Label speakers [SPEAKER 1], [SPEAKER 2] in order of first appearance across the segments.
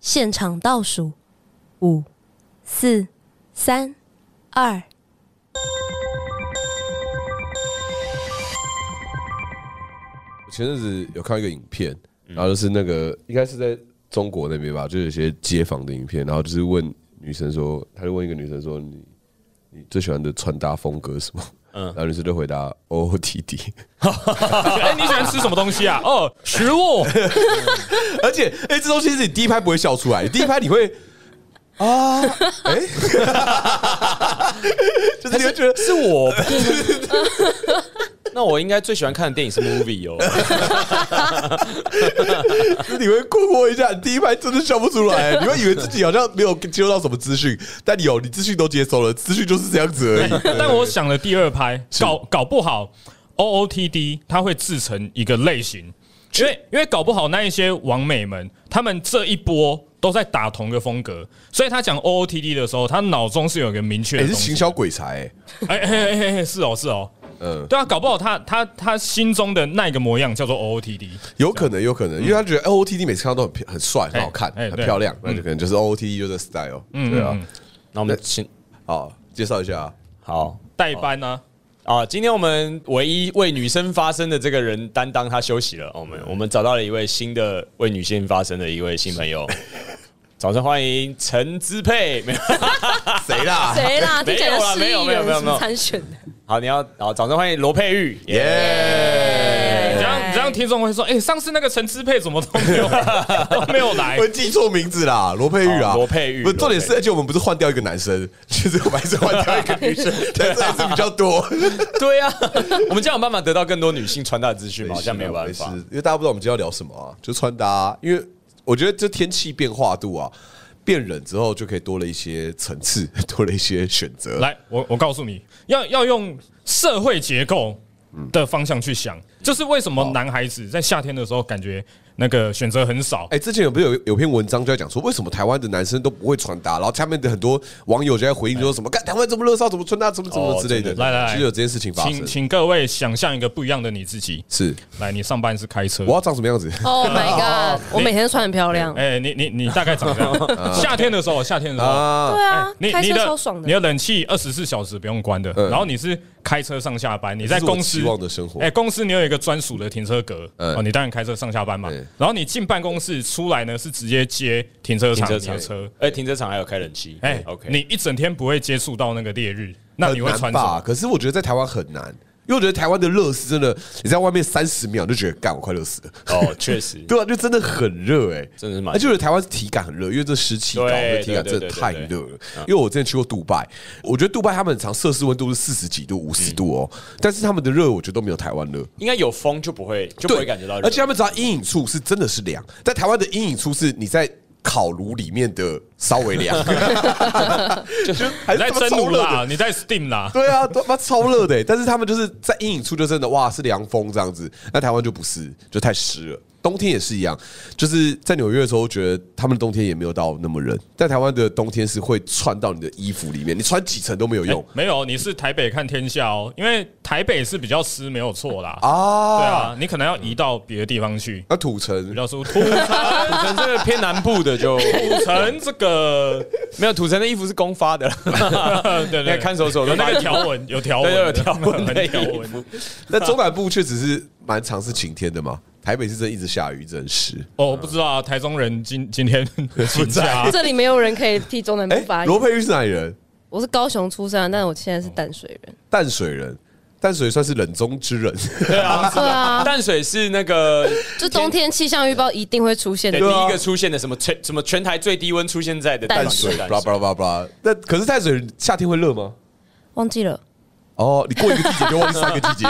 [SPEAKER 1] 现场倒数，五、四、三、二。
[SPEAKER 2] 我前阵子有看到一个影片，然后就是那个应该是在中国那边吧，就有一些街访的影片，然后就是问女生说，他就问一个女生说你你最喜欢的穿搭风格是什么？嗯，然后女生就回答 O T D，
[SPEAKER 3] 哎、你喜欢吃什么东西啊？哦，食物。
[SPEAKER 2] 而且哎、这东西是你第一拍不会笑出来，你第一拍你会。啊，哎、 就是你会觉得
[SPEAKER 3] 是 我。那我应该最喜欢看的电影是 movie 哦，
[SPEAKER 2] 你会困惑一下，你第一拍真的笑不出来，你会以为自己好像没有接收到什么资讯，但你有，你资讯都接收了，资讯就是这样子而已。
[SPEAKER 4] 但我想了第二拍，搞搞不好 OOTD 它会制成一个类型，因为因为搞不好那一些网美们，他们这一波都在打同一个风格，所以他讲 OOTD 的时候，他脑中是有一个明确
[SPEAKER 2] 哎、
[SPEAKER 4] 的
[SPEAKER 2] 是
[SPEAKER 4] 东西
[SPEAKER 2] 行。销鬼才、欸，
[SPEAKER 4] 哎哎哎哎哎，是哦是哦，
[SPEAKER 2] 嗯，
[SPEAKER 4] 对啊，搞不好他他他心中的那个模样叫做 OOTD，
[SPEAKER 2] 有可
[SPEAKER 3] 嗯
[SPEAKER 2] 能，有可能，因为他觉得 O O T D 每次看到都很漂很帅，很好看，
[SPEAKER 4] 哎
[SPEAKER 2] 很
[SPEAKER 4] 对
[SPEAKER 2] 漂
[SPEAKER 3] 嗯
[SPEAKER 2] 亮，那就可能就是 O O T D 就是 style，对啊。
[SPEAKER 3] 那我们请
[SPEAKER 2] 好，介绍一下啊，
[SPEAKER 3] 好
[SPEAKER 4] 代班
[SPEAKER 2] 哦
[SPEAKER 4] 呢、
[SPEAKER 3] 啊，今天我们唯一为女生发声的这个人担当他休息了，我们我们找到了一位新的为女性发声的一位新 朋友，掌声欢迎陈之佩。没有啊
[SPEAKER 2] 谁啦？
[SPEAKER 1] 谁啦？ 听起来像市
[SPEAKER 3] 没有
[SPEAKER 1] 议
[SPEAKER 3] 啦没有没有
[SPEAKER 1] 员
[SPEAKER 3] 没有
[SPEAKER 1] 什
[SPEAKER 3] 没有
[SPEAKER 1] 么参选 的？
[SPEAKER 3] 好，你要好，掌声欢迎罗佩玉。耶、
[SPEAKER 2] 耶！
[SPEAKER 3] 哎
[SPEAKER 4] 这样这样听众会说，哎、上次那个陈之佩怎么都 没有都没有来
[SPEAKER 2] 我？记错名字啦，罗佩玉啊，
[SPEAKER 3] 哦罗佩玉
[SPEAKER 2] 不是，重点
[SPEAKER 3] 罗
[SPEAKER 2] 是，
[SPEAKER 3] 佩
[SPEAKER 2] 而且我们不是换掉一个男生， 其实我们还是换掉一个 女 生，但是还是比较多。
[SPEAKER 3] 对啊，我们这样有办法得到更多女性穿搭资讯吗？好像没有办法
[SPEAKER 2] 没。事因为大家不知道我们今天要聊什么啊，就穿搭啊、因为我觉得这天气变化度啊，变冷之后就可以多了一些层次， 多了一些选择。
[SPEAKER 4] 来，我我告诉你，要要用社会结构的方向去想，就是为什么男孩子在夏天的时候感觉那个选择很少。
[SPEAKER 2] 哎、之前有不是有有篇文章就在讲说，为什么台湾的男生都不会穿搭？然后下面的很多网友就在回应说什么，干台湾这么热骚，怎么穿搭，怎么怎么
[SPEAKER 3] 哦
[SPEAKER 2] 之类的。
[SPEAKER 3] 真
[SPEAKER 4] 来来来
[SPEAKER 2] 其实有这件事情发
[SPEAKER 4] 请
[SPEAKER 2] 生。
[SPEAKER 4] 请各位想象一个不一样的你自己。
[SPEAKER 2] 是，
[SPEAKER 4] 来，你上班是开车
[SPEAKER 2] 我，要长什么样子？
[SPEAKER 3] 哦
[SPEAKER 1] Oh my god！我每天都穿很漂亮。
[SPEAKER 4] 哎、你你你大概长 这样。夏天的时候，夏天的时候，
[SPEAKER 2] 啊，
[SPEAKER 1] 对啊，
[SPEAKER 4] 你
[SPEAKER 1] 开
[SPEAKER 4] 你
[SPEAKER 1] 车
[SPEAKER 4] 的
[SPEAKER 1] 超爽
[SPEAKER 4] 你
[SPEAKER 1] 的。
[SPEAKER 4] 的冷气二十四小时不用关的，然后你是开车上下班，你
[SPEAKER 2] 嗯这
[SPEAKER 4] 在
[SPEAKER 2] 是我
[SPEAKER 4] 公司
[SPEAKER 2] 期望的生活
[SPEAKER 4] 哎，公司你有一个专属的停车格，
[SPEAKER 2] 嗯
[SPEAKER 4] 哦，你当然开车上下班嘛
[SPEAKER 2] 嗯。
[SPEAKER 4] 然后你进办公室出来呢，是直接接停车
[SPEAKER 3] 停
[SPEAKER 4] 场
[SPEAKER 3] 车
[SPEAKER 4] 的
[SPEAKER 3] 场
[SPEAKER 4] 车，
[SPEAKER 3] 哎、停车场还有开冷气。哎、
[SPEAKER 4] 哎
[SPEAKER 3] o k
[SPEAKER 4] 你一整天不会接触到那个烈日，那你会
[SPEAKER 2] 很
[SPEAKER 4] 穿
[SPEAKER 2] 难
[SPEAKER 4] 什么
[SPEAKER 2] 吧？？可是我觉得在台湾很难，因为我觉得台湾的热是真的，你在外面三十秒就觉得干，我快热死了。
[SPEAKER 3] 哦，确实，
[SPEAKER 2] 对啊，就真的很热哎、
[SPEAKER 3] 真的是蛮
[SPEAKER 2] 而且我觉得台湾是体感很热，因为这湿气高，我觉得
[SPEAKER 3] 对
[SPEAKER 2] 体感真的
[SPEAKER 3] 对对对嗯
[SPEAKER 2] 太
[SPEAKER 3] 对
[SPEAKER 2] 热了。因为我之前去过杜拜，我觉得杜拜他们很常摄氏温度是四十几度、五十度哦，
[SPEAKER 3] 嗯
[SPEAKER 2] 但是他们的热我觉得都没有台湾热，
[SPEAKER 3] 应该有风就不会就不
[SPEAKER 2] 对，
[SPEAKER 3] 会感觉到热，
[SPEAKER 2] 而且他们只要阴影处是真的是凉，在台湾的阴影处是你在。烤炉里面的稍微凉，就还是
[SPEAKER 4] 你在
[SPEAKER 2] 哎他妈
[SPEAKER 4] 蒸
[SPEAKER 2] 超
[SPEAKER 4] 炉
[SPEAKER 2] 热的
[SPEAKER 4] 啦，你在 Steam 啦，
[SPEAKER 2] 对啊，他妈超热的欸、但是他们就是在阴影处就真的哇是凉风这样子，那台湾就不是，就太湿了。冬天也是一样，就是在纽约的时候，觉得他们的冬天也没有到那么冷，在台湾的冬天是会窜到你的衣服里面，你穿几层都没有用
[SPEAKER 4] 哎没有，你是台北看天下哦，因为台北是比较湿，没有错啦。对
[SPEAKER 2] 啊。
[SPEAKER 4] 啊，你可能要移到别的地方去，
[SPEAKER 2] 那土城
[SPEAKER 4] 比较舒 服。土
[SPEAKER 3] 可能这个偏南部的就
[SPEAKER 4] 土城这个，
[SPEAKER 3] 没有土城的衣服是公发的啦，
[SPEAKER 4] 对对
[SPEAKER 3] 那
[SPEAKER 4] 对，
[SPEAKER 3] 看守所
[SPEAKER 4] 有
[SPEAKER 3] 的
[SPEAKER 4] 那个条纹，有条纹，
[SPEAKER 3] 对有条 纹的
[SPEAKER 4] 有
[SPEAKER 3] 衣
[SPEAKER 4] 条
[SPEAKER 3] 服
[SPEAKER 4] 纹。
[SPEAKER 2] 那中南部确实是蛮常是晴天的嘛，台北是真的一直下雨，一直很湿。
[SPEAKER 4] 哦，我不知道啊，台中人今今天请假，
[SPEAKER 1] 这里没有人可以替中南部
[SPEAKER 2] 哎、
[SPEAKER 1] 嗯发
[SPEAKER 2] 罗
[SPEAKER 1] 言。
[SPEAKER 2] 佩玉是哪里人？
[SPEAKER 1] 我是高雄出生啊，但我现在是淡水 人。
[SPEAKER 2] 淡水人，淡水算是冷中之人。
[SPEAKER 3] 对啊，
[SPEAKER 1] 对啊，
[SPEAKER 3] 淡水是那个
[SPEAKER 1] 就冬天气象预报一定会出现
[SPEAKER 3] 对
[SPEAKER 1] 的。
[SPEAKER 3] 第
[SPEAKER 1] 对啊
[SPEAKER 3] 一个出现的什么全什么全台最低温出现在的
[SPEAKER 1] 淡
[SPEAKER 2] 淡水，
[SPEAKER 3] 淡
[SPEAKER 2] 巴拉巴拉巴拉巴拉。那可是淡水人夏天会热吗？
[SPEAKER 1] 忘记了，
[SPEAKER 2] 哦，你过一个季节就忘记三个季节，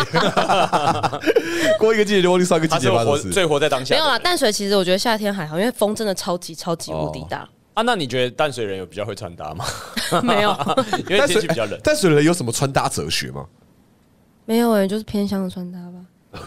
[SPEAKER 2] 过一个季节就 忘记三个季
[SPEAKER 3] 他
[SPEAKER 2] 节
[SPEAKER 3] 是
[SPEAKER 2] 吧？
[SPEAKER 3] 活
[SPEAKER 2] 是
[SPEAKER 3] 最活在当下
[SPEAKER 1] 啊没
[SPEAKER 3] 的
[SPEAKER 1] 有啦。
[SPEAKER 3] 人。
[SPEAKER 1] 淡水其实我觉得夏天还好，因为风真的超级超级无敌大，
[SPEAKER 3] 啊，那你觉得淡水人有比较会穿搭吗？
[SPEAKER 1] 没有。
[SPEAKER 3] 因为天气比较冷
[SPEAKER 2] 哎，淡水人有什么穿搭哲学吗？
[SPEAKER 1] 没有哎、就是偏向穿搭吧，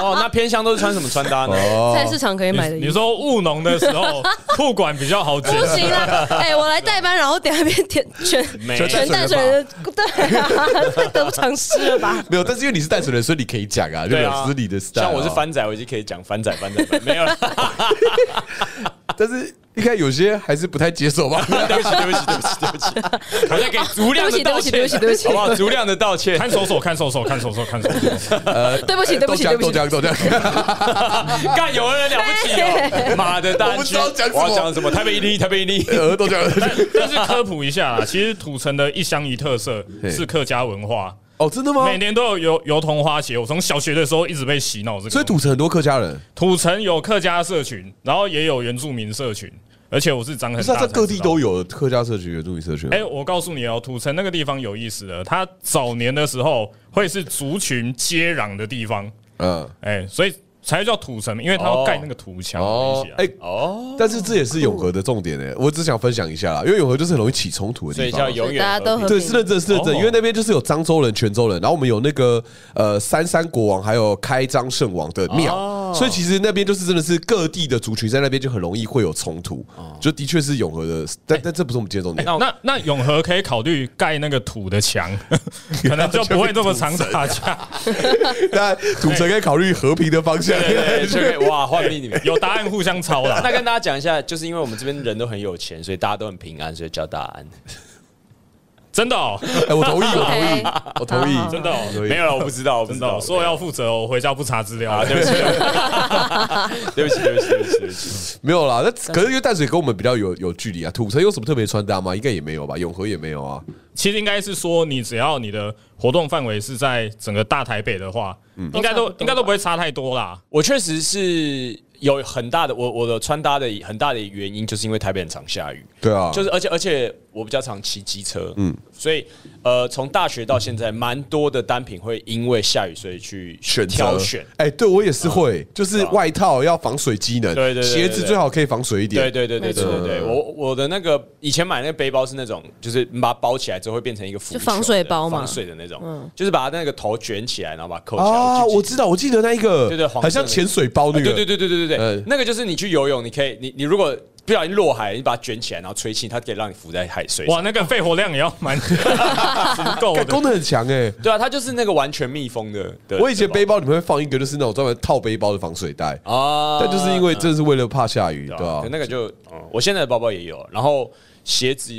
[SPEAKER 3] 哦，那偏乡都是穿什么穿搭呢？
[SPEAKER 1] 菜市场可以买的
[SPEAKER 4] 你
[SPEAKER 1] 衣
[SPEAKER 4] 你
[SPEAKER 1] 服。
[SPEAKER 4] 说务农的时候，裤管比较好 剪，
[SPEAKER 1] 不行 啦，哎、我来代班，然后等下变天全
[SPEAKER 3] 没
[SPEAKER 1] 全淡水人，对啊， 太得不偿失了 吧？
[SPEAKER 2] 没有，但是因为你是淡水人，所以你可以讲啊，就
[SPEAKER 3] 对
[SPEAKER 2] 是
[SPEAKER 3] 啊
[SPEAKER 2] 是你的 style 啊。
[SPEAKER 3] 像我是番仔，我已经可以讲番仔番仔番仔没有啦。
[SPEAKER 2] 但是应该有些还是不太接受吧？
[SPEAKER 3] 对不起，对不起，对不起，对不起，我在给足量的道歉，
[SPEAKER 1] 对不起对不起对不起
[SPEAKER 3] 好不好？足量的道歉，
[SPEAKER 4] 看手手，看手手，看手手，看手 手。
[SPEAKER 1] 对不起，对不起，对不
[SPEAKER 2] 豆
[SPEAKER 1] 起，
[SPEAKER 2] 浆，豆浆，豆浆。
[SPEAKER 3] 干有人了不起哦， 妈的大安区，
[SPEAKER 2] 我不知道讲什么
[SPEAKER 3] 我要讲什么，台北一零一，台北一零一，
[SPEAKER 2] 呃，豆浆。
[SPEAKER 4] 但是科普一下啦，其实土城的一乡一特色是客家文化，
[SPEAKER 2] 哦，真的吗？
[SPEAKER 4] 每年都有油油桐花节。我从小学的时候一直被洗脑这个东西。
[SPEAKER 2] 所以土城很多客家人，
[SPEAKER 4] 土城有客家社群，然后也有原住民社群，而且我是啊长
[SPEAKER 2] 可
[SPEAKER 4] 很
[SPEAKER 2] 是
[SPEAKER 4] 大
[SPEAKER 2] 他
[SPEAKER 4] 才
[SPEAKER 2] 在
[SPEAKER 4] 知道，
[SPEAKER 2] 各地都有客家社区、原住民社区。
[SPEAKER 4] 哎、我告诉你哦，土城那个地方有意思的，它早年的时候会是族群接壤的地方，
[SPEAKER 2] 嗯，
[SPEAKER 4] 哎、所以才叫土城，因为它要盖那个土墙在一
[SPEAKER 2] 哦
[SPEAKER 4] 起啊，
[SPEAKER 2] 哎，
[SPEAKER 3] 哦，
[SPEAKER 2] 但是这也是永和的重点哎，我只想分享一下啦，因为永和就是很容易起冲突的
[SPEAKER 3] 所以
[SPEAKER 2] 地
[SPEAKER 3] 叫
[SPEAKER 2] 方。
[SPEAKER 3] 永远
[SPEAKER 1] 大家都
[SPEAKER 3] 和
[SPEAKER 1] 很
[SPEAKER 2] 对，是认真，是认真，
[SPEAKER 4] 哦
[SPEAKER 2] 因为那边就是有漳州人、泉州人，然后我们有那个呃三山国王，还有开漳圣王的庙，
[SPEAKER 3] 哦
[SPEAKER 2] 所以其实那边就是真的是各地的族群在那边就很容易会有冲突，就的确是永和的，但但这不是我们今天重
[SPEAKER 3] 哎
[SPEAKER 2] 点。
[SPEAKER 4] 那那永和可以考虑盖那个土的墙， 可能就不会这么常打架。
[SPEAKER 2] 啊但土城可以考虑和平的方向。
[SPEAKER 3] 对，就 可以哇，换命你们。
[SPEAKER 4] 有答案互相抄啦。
[SPEAKER 3] 那跟大家讲一下，就是因为我们这边人都很有钱，所以大家都很平安，所以叫大安。
[SPEAKER 4] 真的哦，
[SPEAKER 2] 哎，我同意，我同意，
[SPEAKER 1] OK，
[SPEAKER 2] 我同
[SPEAKER 1] 好
[SPEAKER 2] 意
[SPEAKER 1] 好，
[SPEAKER 4] 真的哦
[SPEAKER 2] 我，同意
[SPEAKER 3] 没有了，我不知道，我不
[SPEAKER 4] 真
[SPEAKER 3] 知
[SPEAKER 4] 的
[SPEAKER 3] 道
[SPEAKER 4] 哦，，所以我要负责哦，我回家不查资料
[SPEAKER 3] 啊，
[SPEAKER 4] 了。
[SPEAKER 3] 对不起， 对不起，对不起，对不起，对不起，
[SPEAKER 2] 没有啦。那可是因为淡水跟我们比较有有距离啊，土城有什么特别穿搭吗？应该也没有吧，永和也没有啊。
[SPEAKER 4] 其实应该是说，你只要你的活动范围是在整个大台北的话，
[SPEAKER 2] 嗯
[SPEAKER 4] 应该
[SPEAKER 1] 都差不多
[SPEAKER 4] 都
[SPEAKER 1] 吧
[SPEAKER 4] 应该都不会差太多啦。
[SPEAKER 3] 我确实是有很大的，我我的穿搭的很大的原因，就是因为台北很常下雨，
[SPEAKER 2] 对啊，
[SPEAKER 3] 就是而且而且我比较常骑机车，嗯，所以呃，从大学到现在，蛮多的单品会因为下雨所以去
[SPEAKER 2] 选择
[SPEAKER 3] 挑选。。啊
[SPEAKER 2] 哎、对我也是会，就是外套要防水机能，
[SPEAKER 3] 对对对对
[SPEAKER 2] 鞋子最好可以防水一点。
[SPEAKER 3] 对对对对对对对，我我的那个以前买那个背包是那种，就是你把它包起来之后会变成一个浮
[SPEAKER 1] 就防水包嘛嗯
[SPEAKER 3] 防水的那种，就是把它那个头卷起来，然后把它扣起来。
[SPEAKER 2] 啊，
[SPEAKER 3] 就
[SPEAKER 2] 我知道，我记得那一个，
[SPEAKER 3] 对对黄色啊
[SPEAKER 2] 很像潜水包那个，
[SPEAKER 3] 对对对对对对对
[SPEAKER 2] 呃，
[SPEAKER 3] 那个就是你去游泳，你可以，你你如果不小心落海，你把它卷起来，然后吹气，它可以让你浮在海水上。
[SPEAKER 4] 哇，那个肺活量也要蛮 足够
[SPEAKER 2] 干，功
[SPEAKER 4] 的。
[SPEAKER 2] 能很强哎、
[SPEAKER 3] 对啊，它就是那个完全密封的。的
[SPEAKER 2] 我以前
[SPEAKER 3] 的
[SPEAKER 2] 背包里面会放一个，就是那种专门套背包的防水袋，
[SPEAKER 3] 包啊，
[SPEAKER 2] 但就是因为真的是为了怕下雨，对
[SPEAKER 3] 对啊
[SPEAKER 2] 吧、
[SPEAKER 3] 可那个就，嗯我现在的包包也有，然后鞋子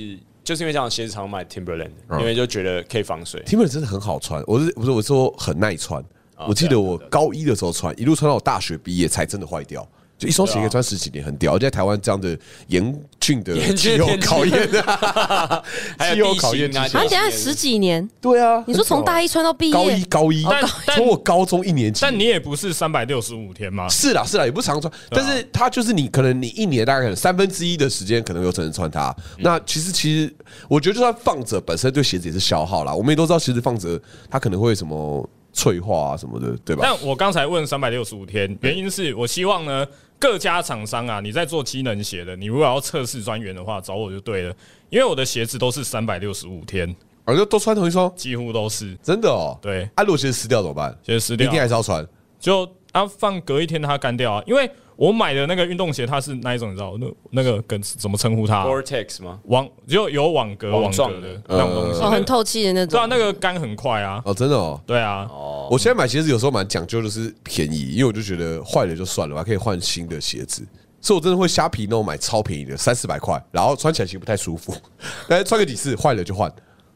[SPEAKER 3] 就是因为这样，鞋子常买 Timberland，
[SPEAKER 2] 嗯
[SPEAKER 3] 因为就觉得可以防水。
[SPEAKER 2] Timber 真的很好穿，我是不是我说很耐穿？
[SPEAKER 3] 啊
[SPEAKER 2] 我记得
[SPEAKER 3] 对啊
[SPEAKER 2] 我高一的时候穿，一路穿到我大学毕业才真的坏掉。就一双鞋可以穿十几年，很屌。而且在台湾这样的严峻的
[SPEAKER 3] 严
[SPEAKER 2] 气
[SPEAKER 3] 峻
[SPEAKER 2] 候
[SPEAKER 3] 的天气
[SPEAKER 2] 考 验啊，
[SPEAKER 3] 还
[SPEAKER 2] 气
[SPEAKER 3] 有
[SPEAKER 2] 候
[SPEAKER 3] 地
[SPEAKER 2] 考验
[SPEAKER 3] 形啊，
[SPEAKER 2] 之
[SPEAKER 1] 啊，等
[SPEAKER 2] 下
[SPEAKER 1] 一下十几年，
[SPEAKER 2] 对啊，
[SPEAKER 1] 你说从大
[SPEAKER 2] 一
[SPEAKER 1] 一穿到毕业，
[SPEAKER 2] 高一高
[SPEAKER 3] 哦
[SPEAKER 2] 一，
[SPEAKER 4] 但但
[SPEAKER 2] 从我高中一年级，
[SPEAKER 4] 但你也不是三百六十五天嘛，
[SPEAKER 2] 是啦是啦，也不常穿，
[SPEAKER 3] 啊
[SPEAKER 2] 但是它就是你可能你一年大概可能三分之一的时间可能有可能穿它。
[SPEAKER 3] 嗯
[SPEAKER 2] 那其实其实我觉得就算放着，本身对鞋子也是消耗啦。我们也都知道鞋子放着它可能会什么脆化啊什么的，对吧？
[SPEAKER 4] 但我刚才问三百六十五天，原因是我希望呢，各家厂商啊，你在做机能鞋的，你如果要测试专员的话，找我就对了，因为我的鞋子都是三百六十五天，
[SPEAKER 2] 耳朵都穿同一双，
[SPEAKER 4] 几乎都是
[SPEAKER 2] 真的哦。
[SPEAKER 4] 对。
[SPEAKER 2] 啊，如果鞋子湿掉怎么办？
[SPEAKER 4] 先撕
[SPEAKER 2] 明
[SPEAKER 4] 掉
[SPEAKER 2] 天，还是要穿。
[SPEAKER 4] 就啊放隔一天它干掉啊，因为我买的那个运动鞋它是那一种，你知道那那个跟怎么称呼它啊、
[SPEAKER 3] Vortex 吗？
[SPEAKER 4] 网就有网格
[SPEAKER 3] 网
[SPEAKER 4] 网
[SPEAKER 3] 状
[SPEAKER 4] 格
[SPEAKER 3] 的
[SPEAKER 4] 的那种东西，
[SPEAKER 1] 哦，很透气的那
[SPEAKER 4] 对啊，
[SPEAKER 1] 种。
[SPEAKER 4] 那个干很快啊，
[SPEAKER 2] 哦，真的哦。
[SPEAKER 4] 对啊，
[SPEAKER 2] 我现在买鞋子有时候蛮讲究，就是便宜，因为我就觉得坏了就算了，我还可以换新的鞋子。所以我真的会虾皮那种买超便宜的，三四百块，然后穿起来其实不太舒服， 但是穿个几次坏了就换，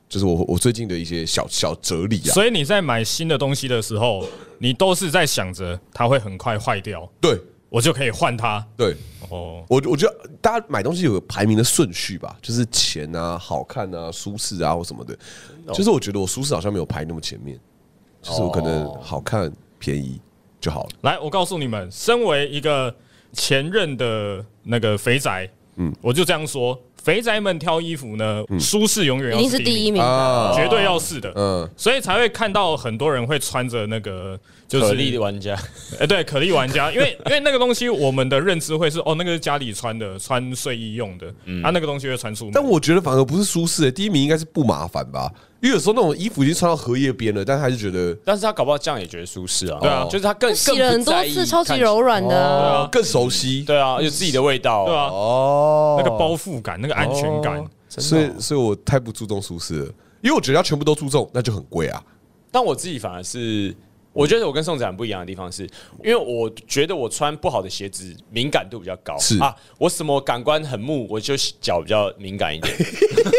[SPEAKER 2] 就是我我最近的一些小小哲理啊。
[SPEAKER 4] 所以你在买新的东西的时候，你都是在想着它会很快坏掉，
[SPEAKER 2] 对
[SPEAKER 4] 我就可以换它
[SPEAKER 2] 对，
[SPEAKER 4] 哦。
[SPEAKER 2] 我我觉得大家买东西有个排名的顺序吧，就是钱啊、好看啊、舒适啊或什么的。就是我觉得我舒适好像没有排那么前面，就是我可能好看、便宜就好了。
[SPEAKER 4] 来，我告诉你们，身为一个前任的那个肥宅，嗯，我就这样说，肥宅们挑衣服呢，舒适永
[SPEAKER 1] 一
[SPEAKER 4] 远要
[SPEAKER 1] 定
[SPEAKER 4] 是
[SPEAKER 1] 是第
[SPEAKER 4] 第
[SPEAKER 1] 一
[SPEAKER 4] 一，
[SPEAKER 1] 名吧，
[SPEAKER 2] 啊
[SPEAKER 4] 绝对要是的，
[SPEAKER 2] 嗯，
[SPEAKER 4] 所以才会看到很多人会穿着那个就
[SPEAKER 3] 可
[SPEAKER 4] 是
[SPEAKER 3] 力的玩家，
[SPEAKER 4] 哎、对，可丽玩家，因为因为那个东西，我们的认知会是哦，那个是家里穿的，穿睡衣用的，啊，那个东西会穿出门。
[SPEAKER 2] 但我觉得反而不是舒适、欸，第一名应该是不麻烦吧？因为有时候那种衣服已经穿到荷叶边了，但还是觉得
[SPEAKER 3] 但是他搞不好这样也觉得舒适啊。
[SPEAKER 4] 对啊
[SPEAKER 3] 就是他更
[SPEAKER 1] 洗了很多次，超级。
[SPEAKER 3] 更不在意看起哦
[SPEAKER 1] 柔软的啊。
[SPEAKER 2] 哦更熟悉。
[SPEAKER 3] 对啊，有自己的味道。
[SPEAKER 4] 对，啊，
[SPEAKER 2] 哦，
[SPEAKER 4] 那个包覆感，那个安全感，
[SPEAKER 2] 哦所以所以我太不注重舒适了，因为我觉得要全部都注重，那就很贵啊。
[SPEAKER 3] 但我自己反而是。我觉得我跟宋子涵不一样的地方是，因为我觉得我穿不好的鞋子敏感度比较高，
[SPEAKER 2] 是
[SPEAKER 3] 啊，我什么感官很木，我就脚比较敏感一点。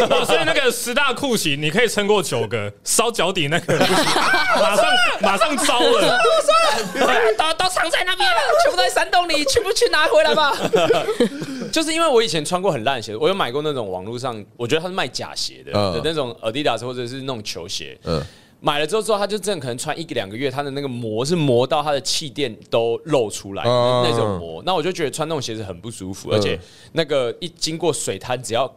[SPEAKER 4] 哦所以那个十大酷刑，你可以撑过九个，烧脚底 那个不行，马上马上招了。
[SPEAKER 5] 都都藏在那边了，全部都在山洞里，全部去拿回来吧。
[SPEAKER 3] 就是因为我以前穿过很烂的鞋，我有买过那种网络上，我觉得他是卖假鞋的、
[SPEAKER 2] 嗯
[SPEAKER 3] 的那种 Adidas 或者是那种球鞋。
[SPEAKER 2] 嗯，
[SPEAKER 3] 买了之后之后，他就真的可能穿一个两个月，他的那个膜是磨到他的气垫都露出来的
[SPEAKER 2] 嗯
[SPEAKER 3] 那种膜。那我就觉得穿那种鞋子很不舒服，而且那个一经过水滩，只要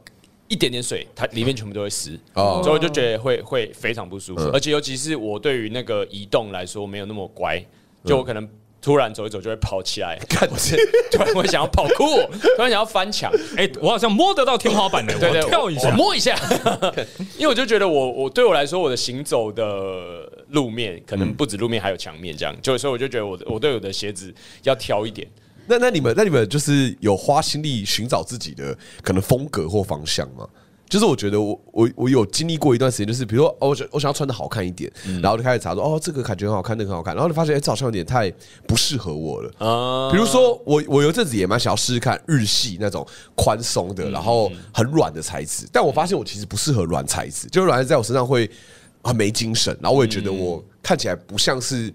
[SPEAKER 3] 一点点水，它里面全部都会湿，
[SPEAKER 2] 哦
[SPEAKER 3] 所以我就觉得会会非常不舒服。而且尤其是我对于那个移动来说没有那么乖，就我可能。突然走一走就会跑起来，看是突然会想要跑酷，突然想要翻墙，
[SPEAKER 4] 哎、我好像摸得到天花板的，
[SPEAKER 3] 对对，
[SPEAKER 4] 我跳一下
[SPEAKER 3] 我。摸一下，因为我就觉得我我对我来说，我的行走的路面可能不止路面，还有墙面这样，就所以我就觉得我的我对我的鞋子要挑一点。
[SPEAKER 2] 那那你们那你们就是有花心力寻找自己的可能风格或方向吗？就是我觉得我我我有经历过一段时间，就是比如说哦，我想我想要穿的好看一点，然后就开始查说哦，这个感觉很好看，那个很好看，然后你发现哎、这好像有点太不适合我了。
[SPEAKER 3] 啊
[SPEAKER 2] 比如说我我有一阵子也蛮想要试试看日系那种宽松的，然后很软的材质，但我发现我其实不适合软材质，就是软材质在我身上会很没精神，然后我也觉得我看起来不像是。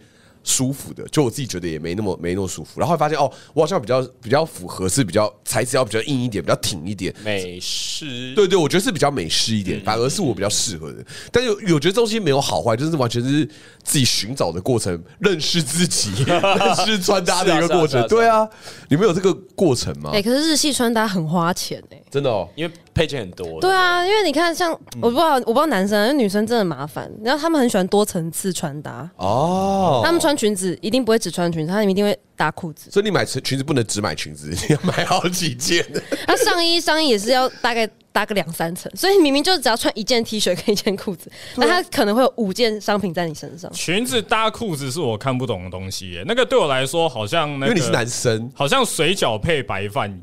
[SPEAKER 2] 舒服的，就我自己觉得也没那么没那么舒服，然后后来发现哦，我好像比较比较符合是比较材质要比较硬一点，比较挺一点，
[SPEAKER 3] 美式，
[SPEAKER 2] 对对，我觉得是比较美式一
[SPEAKER 3] 嗯
[SPEAKER 2] 点，反而是我比较适合的。但有有觉得东西没有好坏，就是完全是自己寻找的过程，认识自 己、认识穿搭的一个过
[SPEAKER 3] 是啊是啊是
[SPEAKER 2] 程。
[SPEAKER 3] 啊
[SPEAKER 2] 对啊，你们有这个过程吗
[SPEAKER 1] 哎、？可是日系穿搭很花钱哎、
[SPEAKER 2] 真的哦，
[SPEAKER 3] 因为配件很多。
[SPEAKER 1] 对啊，因为你看像，
[SPEAKER 3] 嗯
[SPEAKER 1] 我不知道，我不知道男生啊，因为女生真的麻烦。然后他们很喜欢多层次穿搭，
[SPEAKER 2] 哦，
[SPEAKER 1] 他们穿裙子一定不会只穿裙子，他们一定会搭裤子。
[SPEAKER 2] 所以你买裙裙子不能只买裙子， 你要买好几件。
[SPEAKER 1] 那上衣上衣也是要大概搭个两三层，所以明明就只要穿一件 T 恤跟一件裤子，那他可能会有五件商品在你身上。
[SPEAKER 4] 裙子搭裤子是我看不懂的东西耶，那个对我来说好像那
[SPEAKER 2] 因
[SPEAKER 4] 个，
[SPEAKER 2] 为你是男生，
[SPEAKER 4] 好像水饺配白饭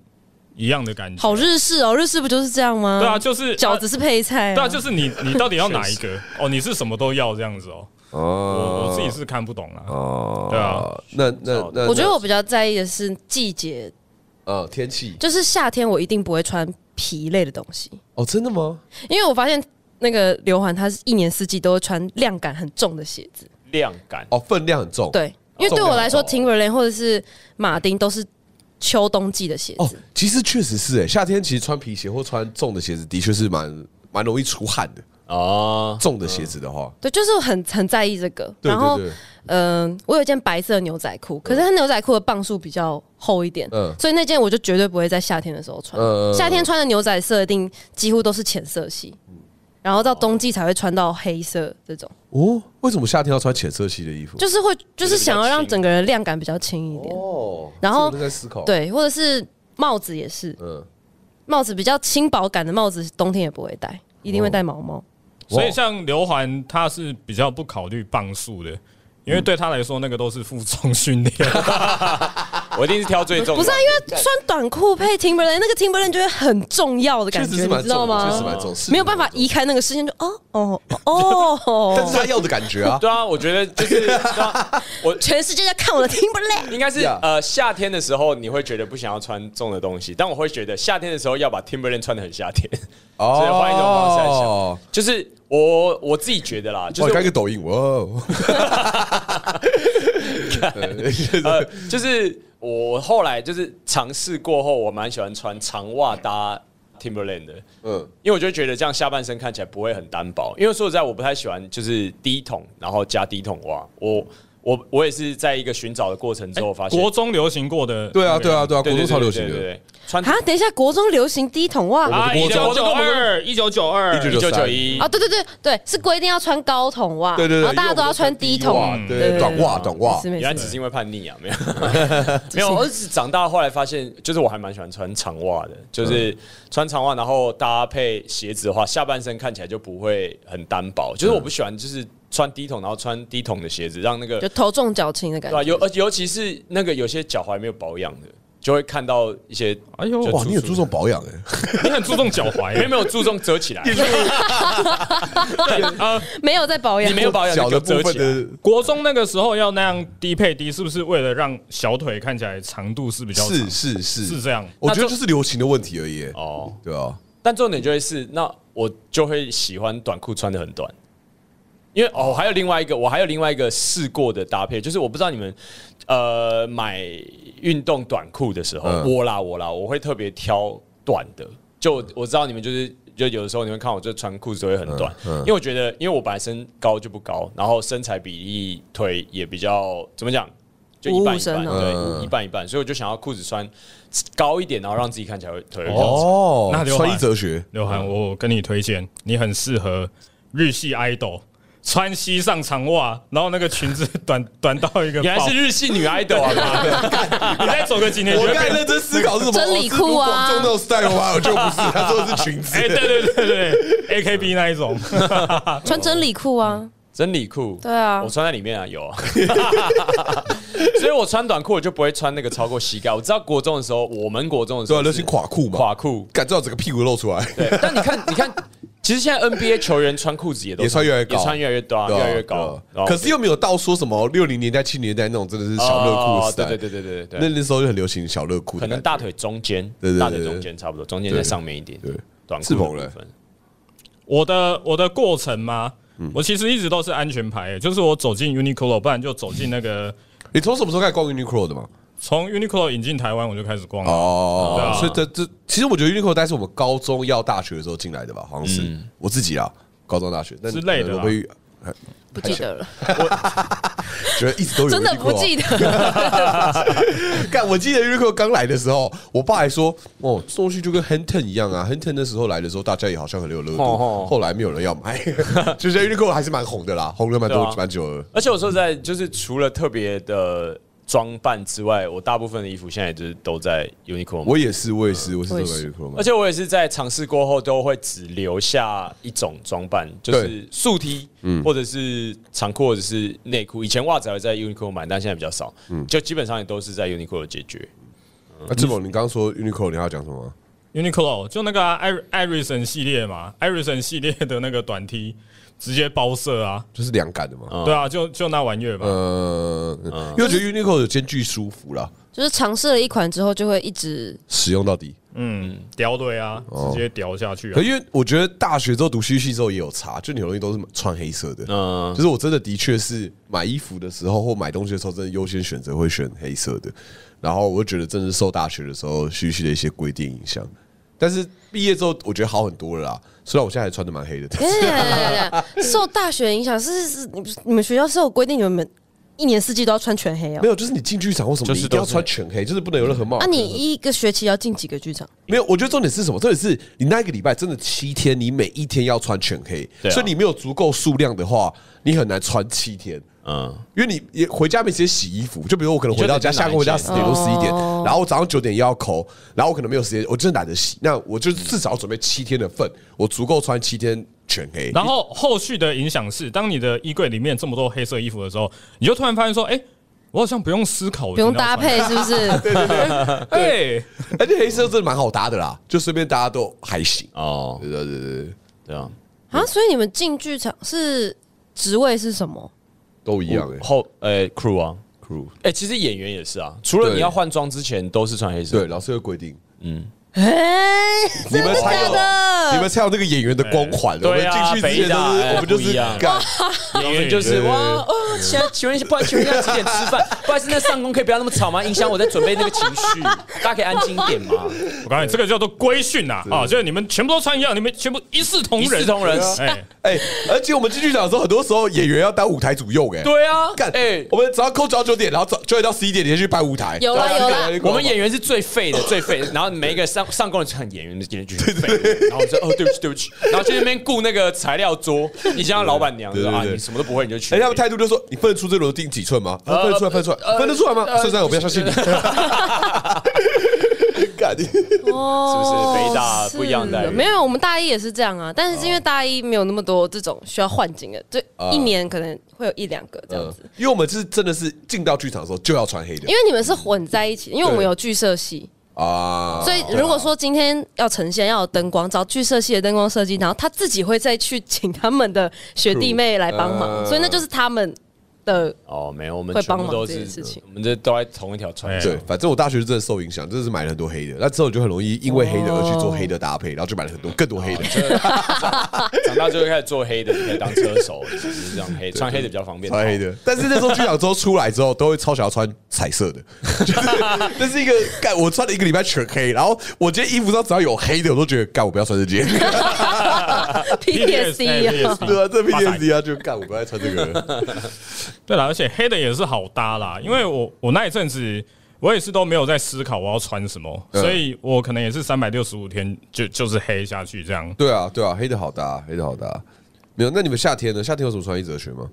[SPEAKER 4] 一样的感觉。
[SPEAKER 1] 好日式哦，日式不就是这样吗？
[SPEAKER 4] 对啊，就是
[SPEAKER 1] 饺子是配菜、
[SPEAKER 4] 对啊，就是你，你到底要哪一个？哦，你是什么都要这样子哦。我我自己是看不懂啊。
[SPEAKER 2] 哦
[SPEAKER 4] 对啊，
[SPEAKER 2] 那那那，
[SPEAKER 1] 我觉得我比较在意的是季节，
[SPEAKER 2] 呃天气
[SPEAKER 1] 就是夏天我一定不会穿皮类的东西，
[SPEAKER 2] 哦，真的吗？
[SPEAKER 1] 因为我发现那个刘环他是一年四季都会穿量感很重的鞋子，
[SPEAKER 3] 量感。
[SPEAKER 2] 哦，分量很重。
[SPEAKER 1] 对，因为对我来说
[SPEAKER 4] 哦
[SPEAKER 2] 重量很重
[SPEAKER 1] Timberland 或者是马丁都是秋冬季的鞋
[SPEAKER 2] 哦
[SPEAKER 1] 子，，
[SPEAKER 2] 其实确实是诶，欸夏天其实穿皮鞋或穿重的鞋子的确是蛮蛮容易出汗的。
[SPEAKER 3] 哦，
[SPEAKER 2] 重的鞋子的话，
[SPEAKER 1] 对，就是很很在意这个。
[SPEAKER 2] 对
[SPEAKER 1] 嗯然后
[SPEAKER 2] 对对，
[SPEAKER 1] 嗯、我有一件白色的牛仔裤，可是它牛仔裤的磅数比较厚一点，
[SPEAKER 2] 嗯
[SPEAKER 1] 所以那件我就绝对不会在夏天的时候穿。
[SPEAKER 2] 嗯嗯嗯嗯
[SPEAKER 1] 夏天穿的牛仔设定几乎都是浅色系，然后到冬季才会穿到黑色这种，
[SPEAKER 2] 哦，为什么夏天要穿浅色系的衣服？
[SPEAKER 1] 就是会就是想要让
[SPEAKER 3] 轻
[SPEAKER 1] 整个人量感比较轻一点，
[SPEAKER 2] 哦，
[SPEAKER 1] 然后
[SPEAKER 2] 这我都在思考，，
[SPEAKER 1] 对，或者是帽子也是，
[SPEAKER 2] 嗯，
[SPEAKER 1] 帽子比较轻薄感的帽子，冬天也不会戴，一定会戴毛
[SPEAKER 2] 哦
[SPEAKER 1] 毛。
[SPEAKER 4] 所以像刘环，他是比较不考虑磅数的，因为
[SPEAKER 3] 嗯
[SPEAKER 4] 对他来说那个都是负重训练。
[SPEAKER 3] 我一定是挑最重
[SPEAKER 1] 不
[SPEAKER 3] 的。
[SPEAKER 1] 是啊，因为穿短裤配 Timberland，那个 Timberland 就会很重要的
[SPEAKER 2] 确
[SPEAKER 1] 感
[SPEAKER 2] 实
[SPEAKER 1] 觉，
[SPEAKER 2] 是
[SPEAKER 1] 你
[SPEAKER 2] 蛮
[SPEAKER 1] 知道
[SPEAKER 2] 重的，确实
[SPEAKER 1] 吗？
[SPEAKER 2] 蛮重，是
[SPEAKER 1] 没有办法移开那个视线，就哦哦哦
[SPEAKER 2] 但是
[SPEAKER 1] 哦，
[SPEAKER 2] 他要的感觉 啊，
[SPEAKER 3] 对啊，我觉得就是对啊我
[SPEAKER 1] 全世界在看我的 Timberland。
[SPEAKER 3] 应该是
[SPEAKER 2] Yeah
[SPEAKER 3] 呃夏天的时候你会觉得不想要穿重的东西，但我会觉得夏天的时候要把 Timberland 穿的很夏天，
[SPEAKER 2] 哦
[SPEAKER 3] 所以换一种方式来想，就是我我自己觉得啦，就
[SPEAKER 2] 我
[SPEAKER 3] 是
[SPEAKER 2] 看一个抖音，哦哇 哦，
[SPEAKER 3] 呃，就是我后来就是尝试过后，我蛮喜欢穿长袜搭 Timberland 的，
[SPEAKER 2] 嗯，
[SPEAKER 3] 因为我就觉得这样下半身看起来不会很单薄。因为说实在，我不太喜欢就是低筒，然后加低筒袜。我我我也是在一个寻找的过程之后 发现，
[SPEAKER 4] 哎国中流行过的，
[SPEAKER 2] 对啊，对啊，对啊，
[SPEAKER 3] 对
[SPEAKER 2] 国中超流行
[SPEAKER 3] 对对对
[SPEAKER 2] 的，
[SPEAKER 3] 对穿
[SPEAKER 1] 啊，等一下，国中流行低筒袜啊，
[SPEAKER 4] 啊，一
[SPEAKER 2] 我的
[SPEAKER 4] 九
[SPEAKER 2] 国
[SPEAKER 4] 九
[SPEAKER 2] 中
[SPEAKER 4] 二，一九九二，
[SPEAKER 2] 1992
[SPEAKER 3] 一九九一，
[SPEAKER 1] 哦对对对对，是规定要穿高筒袜，
[SPEAKER 2] 对对对
[SPEAKER 1] 然后哦大家都要穿低筒
[SPEAKER 2] 袜，
[SPEAKER 1] 嗯
[SPEAKER 2] 对对对短袜，短袜
[SPEAKER 1] 是，没
[SPEAKER 3] 原来
[SPEAKER 1] 错
[SPEAKER 3] 只是因为叛逆啊，没有没有，我是长大后来发现，就是我还蛮喜欢穿长袜的，就是穿长袜，然后搭配鞋子的话，下半身看起来就不会很单薄。就是我不喜欢就是穿低筒，然后穿低筒的鞋子，让那个
[SPEAKER 1] 就头重脚轻的感
[SPEAKER 3] 对吧、啊
[SPEAKER 1] 觉。
[SPEAKER 3] 尤尤尤其是那个有些脚踝没有保养的，就会看到一些，
[SPEAKER 4] 哎呦
[SPEAKER 3] 就
[SPEAKER 2] 哇，
[SPEAKER 3] 粗
[SPEAKER 2] 你很
[SPEAKER 3] 粗
[SPEAKER 2] 注
[SPEAKER 3] 的
[SPEAKER 2] 重保养哎，
[SPEAKER 4] 你很注重脚踝
[SPEAKER 3] 没有
[SPEAKER 4] 欸，
[SPEAKER 3] 没有注重折起来，
[SPEAKER 4] 对啊。
[SPEAKER 1] 没有在保养，
[SPEAKER 3] 你没有保养
[SPEAKER 2] 脚
[SPEAKER 3] 就
[SPEAKER 2] 的
[SPEAKER 3] 折
[SPEAKER 2] 部分
[SPEAKER 3] 起来，
[SPEAKER 2] 的
[SPEAKER 4] 国中那个时候要那样低配低，是不是为了让小腿看起来长度是比较
[SPEAKER 2] 是
[SPEAKER 4] 长？
[SPEAKER 2] 是是
[SPEAKER 4] 是这样
[SPEAKER 2] 我
[SPEAKER 3] 那
[SPEAKER 2] 觉得
[SPEAKER 3] 就
[SPEAKER 2] 就是流行的问题而已欸。
[SPEAKER 3] 哦。
[SPEAKER 2] 对啊，
[SPEAKER 3] 但重点就会是，那我就会喜欢短裤穿的很短，因为哦，还有另外一个，我还有另外一个试过的搭配，就是我不知道你们呃买运动短裤的时候，
[SPEAKER 2] 嗯
[SPEAKER 3] 我啦我啦，我会特别挑短的，就我知道你们就是。就有的时候你们看我，就穿裤子会很短，
[SPEAKER 2] 嗯嗯
[SPEAKER 3] 因为我觉得，因为我本来身高就不高，然后身材比例腿也比较怎么讲，就一
[SPEAKER 1] 五五
[SPEAKER 3] 半一
[SPEAKER 1] 身
[SPEAKER 3] 半，
[SPEAKER 1] 啊
[SPEAKER 2] 嗯
[SPEAKER 3] 对，一半一半，所以我就想要裤子穿高一点，然后让自己看起来会腿会比较长。
[SPEAKER 2] 哦
[SPEAKER 4] 那刘海
[SPEAKER 2] 穿衣哲学，
[SPEAKER 4] 刘涵，我跟你推荐，你很适合日系 idol，穿西上长袜，然后那个裙子 短短到一个爆，
[SPEAKER 3] 原来是日系女 idol 啊！妈的
[SPEAKER 4] 你再走个几年，你
[SPEAKER 2] 我
[SPEAKER 4] 就会
[SPEAKER 2] 刚才
[SPEAKER 4] 变。
[SPEAKER 2] 认真思考是什 么？
[SPEAKER 1] 真理裤啊
[SPEAKER 2] 我是读广州那种 style 吗？我就不是，他说的是裙 子
[SPEAKER 4] 哎，。对对对对，A K
[SPEAKER 2] 嗯
[SPEAKER 4] B 那一种，
[SPEAKER 1] 穿真理裤啊，
[SPEAKER 3] 真理裤，
[SPEAKER 1] 对啊
[SPEAKER 3] 我穿在里面啊，有啊， 所以我穿短裤我就不会穿那个超过膝盖。我知道国中的时候，我们国中的时
[SPEAKER 2] 对啊，
[SPEAKER 3] 候
[SPEAKER 2] 流
[SPEAKER 3] 是
[SPEAKER 2] 行垮裤嘛，
[SPEAKER 3] 垮裤，
[SPEAKER 2] 感觉到整个屁股露出来。
[SPEAKER 3] 对。但你看，你看，其实现在 NBA 球员穿裤子也都
[SPEAKER 2] 也穿越来越高
[SPEAKER 3] 也穿越来越多啊，
[SPEAKER 2] 对
[SPEAKER 3] 越
[SPEAKER 2] 啊
[SPEAKER 3] 来越
[SPEAKER 2] 对
[SPEAKER 3] 高
[SPEAKER 2] 啊。
[SPEAKER 3] 然后
[SPEAKER 2] 可是又没有到说什么六零年代、七零年代那种真的是小热裤
[SPEAKER 3] 哦
[SPEAKER 2] 时代。
[SPEAKER 3] 对对对对对
[SPEAKER 2] 那
[SPEAKER 3] 对，
[SPEAKER 2] 那时候就很流行小热裤的
[SPEAKER 3] 可
[SPEAKER 2] 感觉，
[SPEAKER 3] 能大腿中间
[SPEAKER 2] 对对对，
[SPEAKER 3] 大腿中间差不多，中间在上面一点，
[SPEAKER 2] 对
[SPEAKER 3] 短裤
[SPEAKER 2] 志
[SPEAKER 3] 的
[SPEAKER 2] 鹏
[SPEAKER 3] 部
[SPEAKER 2] 嘞
[SPEAKER 3] 分
[SPEAKER 4] 我的我的过程吗？
[SPEAKER 2] 嗯
[SPEAKER 4] 我其实一直都是安全牌，就是我走进 Uniqlo，不然就走进那个
[SPEAKER 2] 你从什么时候开始逛 Uniqlo 的嘛？
[SPEAKER 4] 从 Uniqlo 引进台湾我就开始逛了。对
[SPEAKER 2] 哦
[SPEAKER 4] 啊，
[SPEAKER 2] 所以这这其实我觉得 Uniqlo 大概是我们高中要大学的时候进来的吧，好像是我自己啊，高中大学但
[SPEAKER 4] 之类的啦
[SPEAKER 2] 我会
[SPEAKER 1] 不记得了，
[SPEAKER 2] 觉得一直都有
[SPEAKER 1] 真的不
[SPEAKER 2] Uniqlo 啊
[SPEAKER 1] 记得。
[SPEAKER 2] 干，我记得 Uniqlo 刚来的时候，我爸还说，哦，这东西就跟 Hunten 一样啊，Hunten 那时候来的时候，大家也好像很有热度，
[SPEAKER 3] 哦哦
[SPEAKER 2] 后来没有人要买， 就是 Uniqlo 还是蛮红的啦，红了蛮
[SPEAKER 3] 对
[SPEAKER 2] 多
[SPEAKER 3] 啊
[SPEAKER 2] 蛮、久了。
[SPEAKER 3] 而且我说实在，就是除了特别的装扮之外，我大部分的衣服现在就是都在 Uniqlo 买。
[SPEAKER 2] 我也是，我也是，我是
[SPEAKER 1] 我
[SPEAKER 2] 都
[SPEAKER 1] 也
[SPEAKER 2] 买
[SPEAKER 1] 是
[SPEAKER 2] Uniqlo 买
[SPEAKER 3] 而。且啊我也是在尝试过后都会只留下一种装扮，就是素 T，或
[SPEAKER 2] 嗯
[SPEAKER 3] 者是长裤，或者是内裤。以前袜子还会在 Uniqlo 买，但现在比较少，
[SPEAKER 2] 嗯
[SPEAKER 3] 就基本上也都是在 Uniqlo 解决。
[SPEAKER 2] 那啊志猛，你刚刚说 Uniqlo，你还要讲什么吗？
[SPEAKER 4] Uniqlo 就那个啊艾艾瑞森系列嘛，艾瑞森系列的那个短 T 直接包色啊，
[SPEAKER 2] 就是凉感的嘛。
[SPEAKER 3] 嗯
[SPEAKER 4] 对啊，就就那玩意儿吧。
[SPEAKER 2] 呃，因为我觉得 Uniqlo 有兼具舒服啦，
[SPEAKER 1] 就是尝试了一款之后，就会一直
[SPEAKER 2] 使用到底。
[SPEAKER 4] 嗯，屌对啊，
[SPEAKER 3] 哦
[SPEAKER 4] 直接屌下去、啊
[SPEAKER 2] 可。因为我觉得大学之后读戏系之后也有差，就你很容易都是穿黑色的。
[SPEAKER 3] 嗯，
[SPEAKER 2] 就是我真的的确是买衣服的时候或买东西的时候，真的优先选择会选黑色的。然后我就觉得，真的是受大学的时候虚虚的一些规定影响。但是毕业之后，我觉得好很多了啦。虽然我现在还穿的蛮黑的，但
[SPEAKER 1] 等一
[SPEAKER 2] 是
[SPEAKER 1] 下等一下等一下等一下哎受大学影响，是是，你不是你们学校是有规定，你们一年四季都要穿全黑哦
[SPEAKER 2] 没。有，就是你进剧场或什么，
[SPEAKER 3] 就是
[SPEAKER 2] 你一定要
[SPEAKER 3] 都是
[SPEAKER 2] 穿全黑，就是不能有任何帽子。
[SPEAKER 1] 啊，你一个学期要进几个剧场？
[SPEAKER 2] 没有，我觉得重点是什么？重点是你那一个礼拜真的七天，你每一天要穿全黑，
[SPEAKER 3] 对啊
[SPEAKER 2] 所以你没有足够数量的话，你很难穿七天。
[SPEAKER 3] 嗯，
[SPEAKER 2] 因为你也回家没时间洗衣服，就比如我可能回到家，
[SPEAKER 3] 你就
[SPEAKER 2] 下
[SPEAKER 3] 得
[SPEAKER 2] 课回家
[SPEAKER 3] 拿一
[SPEAKER 2] 十
[SPEAKER 3] 件
[SPEAKER 2] 点多十一点
[SPEAKER 1] 哦，
[SPEAKER 2] 然后我早上九点也要抠，然后我可能没有时间，我真的懒得洗，那我就至少要准备七天的份，我足够穿七天全黑。
[SPEAKER 4] 然后后续的影响是，当你的衣柜里面这么多黑色衣服的时候，你就突然发现说，哎、我好像不用思考，
[SPEAKER 1] 不用搭配是不 是？
[SPEAKER 4] 我今天要穿。 哎，
[SPEAKER 2] 而且黑色真的蛮好搭的啦，就随便大家都还行。
[SPEAKER 3] 哦，
[SPEAKER 2] 对对对对，
[SPEAKER 3] 对啊，
[SPEAKER 1] 啊，所以你们进剧场是职位是什么？
[SPEAKER 2] 都一样哎、
[SPEAKER 3] 后呃 crew 啊，
[SPEAKER 2] crew
[SPEAKER 3] 哎，其实演员也是啊，除了
[SPEAKER 2] 对
[SPEAKER 3] 你要换装之前都是穿黑色
[SPEAKER 2] 对，，老师会规定，
[SPEAKER 1] 哎，
[SPEAKER 2] 你们才
[SPEAKER 1] 真
[SPEAKER 2] 有
[SPEAKER 1] 的假的
[SPEAKER 2] 你们才有那个演员的光环。哦我们
[SPEAKER 3] 对啊
[SPEAKER 2] 进去之前都
[SPEAKER 3] 北大
[SPEAKER 2] 是
[SPEAKER 3] 哎
[SPEAKER 2] 我们就
[SPEAKER 3] 不
[SPEAKER 2] 是
[SPEAKER 3] 一样
[SPEAKER 2] 干，
[SPEAKER 3] 演员就是哇哦，现在请问一下，不好意思，请问一下几点吃 饭？不好意思，那上工可以不要那么吵吗？影响我在准备那个情绪，大家可以安静一 点吗？
[SPEAKER 4] 我告诉你，这个叫做规训呐啊，就是你们全部都穿一样，你们全部一视同
[SPEAKER 3] 一
[SPEAKER 4] 仁，
[SPEAKER 3] 视同仁，
[SPEAKER 4] 哎，
[SPEAKER 2] 哎，而且我们进剧场的时候，很多时候演员要当舞台主用哎、
[SPEAKER 3] 对啊，
[SPEAKER 2] 干，
[SPEAKER 3] 哎，
[SPEAKER 2] 我们早上扣早九点，然后早九点到十一点，连续搬舞台。
[SPEAKER 1] 有啦
[SPEAKER 2] 然后
[SPEAKER 1] 有啦
[SPEAKER 2] 11点就
[SPEAKER 3] 我
[SPEAKER 2] 过了
[SPEAKER 3] 们演员是最 废的，最废的。然后每一个上上工的就很演员的演员就是废的，然后我说哦对不起对 不起，然后去那边雇那个材料桌，你像老板娘
[SPEAKER 2] 对
[SPEAKER 3] 说
[SPEAKER 2] 对
[SPEAKER 3] 啊
[SPEAKER 2] 对
[SPEAKER 3] 你什么都不会你就去
[SPEAKER 2] 哎，，他们态度就说：“你分得出这螺钉
[SPEAKER 1] 呃
[SPEAKER 2] 几寸吗？啊分得出来，分得出来，分得出来吗？算算，我不要相信你。 干 你
[SPEAKER 1] 哦
[SPEAKER 3] 是不是北大不一样待遇哦
[SPEAKER 1] 是没有，我们大一也是这样啊，但是因为大一没有那么多这种需要换景的，就
[SPEAKER 2] 啊
[SPEAKER 1] 一年可能会有一两个这样子。
[SPEAKER 2] 嗯因为我们是真的是进到剧场的时候就要穿黑的
[SPEAKER 1] 因为你们是混在一起，因为我们
[SPEAKER 2] 嗯对
[SPEAKER 1] 有剧社系，
[SPEAKER 2] 啊，
[SPEAKER 1] 所以如果说今天要呈现要有灯光，找剧社系的灯光设计，然后他自己会再去请他们的学弟妹来帮忙，
[SPEAKER 2] 嗯
[SPEAKER 1] 所以那就是他们的
[SPEAKER 3] 哦，没有，我们
[SPEAKER 1] 会
[SPEAKER 3] 全
[SPEAKER 1] 帮
[SPEAKER 3] 部
[SPEAKER 1] 忙
[SPEAKER 3] 都
[SPEAKER 1] 这件
[SPEAKER 3] 是
[SPEAKER 1] 事情，
[SPEAKER 3] 我们这都在同一条船上
[SPEAKER 2] 对，。反正我大学是真的受影响，真的是买了很多黑的，那之后你就很容易因为黑的而去做黑的搭配，然后就买了很多更多黑
[SPEAKER 1] 哦
[SPEAKER 2] 的，
[SPEAKER 3] 长大就会开始做黑的，你可以当车 手，就是这样黑，穿黑的比较方 便。
[SPEAKER 2] 穿黑
[SPEAKER 1] 哦
[SPEAKER 2] 的。但是那时候剧场之后出来之后，都会超想要穿彩色 的，就是这是一个干我穿了一个礼拜全黑，然后我今天衣服上只要有黑的，我都觉得干我不要穿这件，
[SPEAKER 4] 哎
[SPEAKER 1] PTSD 啊。
[SPEAKER 2] 对啊，这 P
[SPEAKER 4] 发
[SPEAKER 2] T
[SPEAKER 4] 财
[SPEAKER 2] S D 啊，就干我不要再穿这个 了。
[SPEAKER 4] 对啦，而且黑的也是好搭啦，因为我我那一阵子我也是都没有在思考我要穿什么，
[SPEAKER 2] 嗯
[SPEAKER 4] 所以我可能也是三百六十五天就就是黑下去这样。
[SPEAKER 2] 对啊，对啊，黑的好搭，黑的好搭。没有，那你们夏天呢？夏天有什么穿衣哲学吗？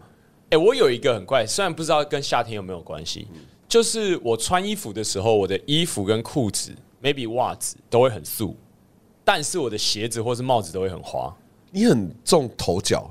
[SPEAKER 3] 哎、我有一个很怪，虽然不知道跟夏天有没有关系，
[SPEAKER 2] 嗯
[SPEAKER 3] 就是我穿衣服的时候，我的衣服跟裤子，maybe 袜子都会很素，但是我的鞋子或是帽子都会很花。
[SPEAKER 2] 你很重头脚，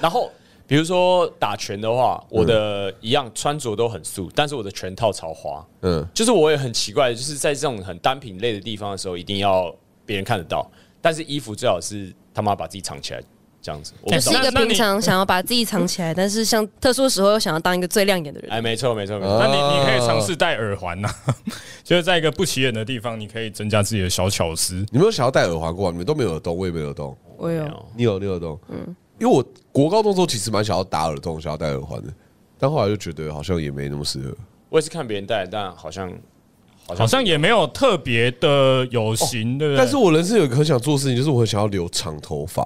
[SPEAKER 3] 然后比如说打拳的话，我的一样穿着都很素，但是我的拳套超花。
[SPEAKER 2] 嗯，
[SPEAKER 3] 就是我也很奇怪，就是在这种很单品类的地方的时候，一定要别人看得到，但是衣服最好是他妈把自己藏起来，这样子。我不
[SPEAKER 4] 哎
[SPEAKER 3] 知
[SPEAKER 1] 是
[SPEAKER 3] 道
[SPEAKER 1] 一个
[SPEAKER 4] 那那你
[SPEAKER 1] 平常想要把自己藏起来，但是像特殊的时候又想要当一个最亮眼的人。
[SPEAKER 3] 哎，没错，没错，没错。
[SPEAKER 4] 那你你可以尝试戴耳环呐、啊 就是在一个不起眼的地方，你可以增加自己的小巧思。
[SPEAKER 2] 你们有想要戴耳环过吗？你们都没有耳洞，我也没有耳洞。
[SPEAKER 1] 我有
[SPEAKER 3] 没有
[SPEAKER 2] 你有，你有耳洞。嗯，因为我国高中的时候其实蛮想要打耳洞，想要戴耳环的，但后来就觉得好像也没那么适合。
[SPEAKER 3] 我也是看别人戴，但好像好
[SPEAKER 4] 啊好像也没有特别的有型，对不对？
[SPEAKER 2] 但是我人生有一个很想做的事情，就是我很想要留长头发，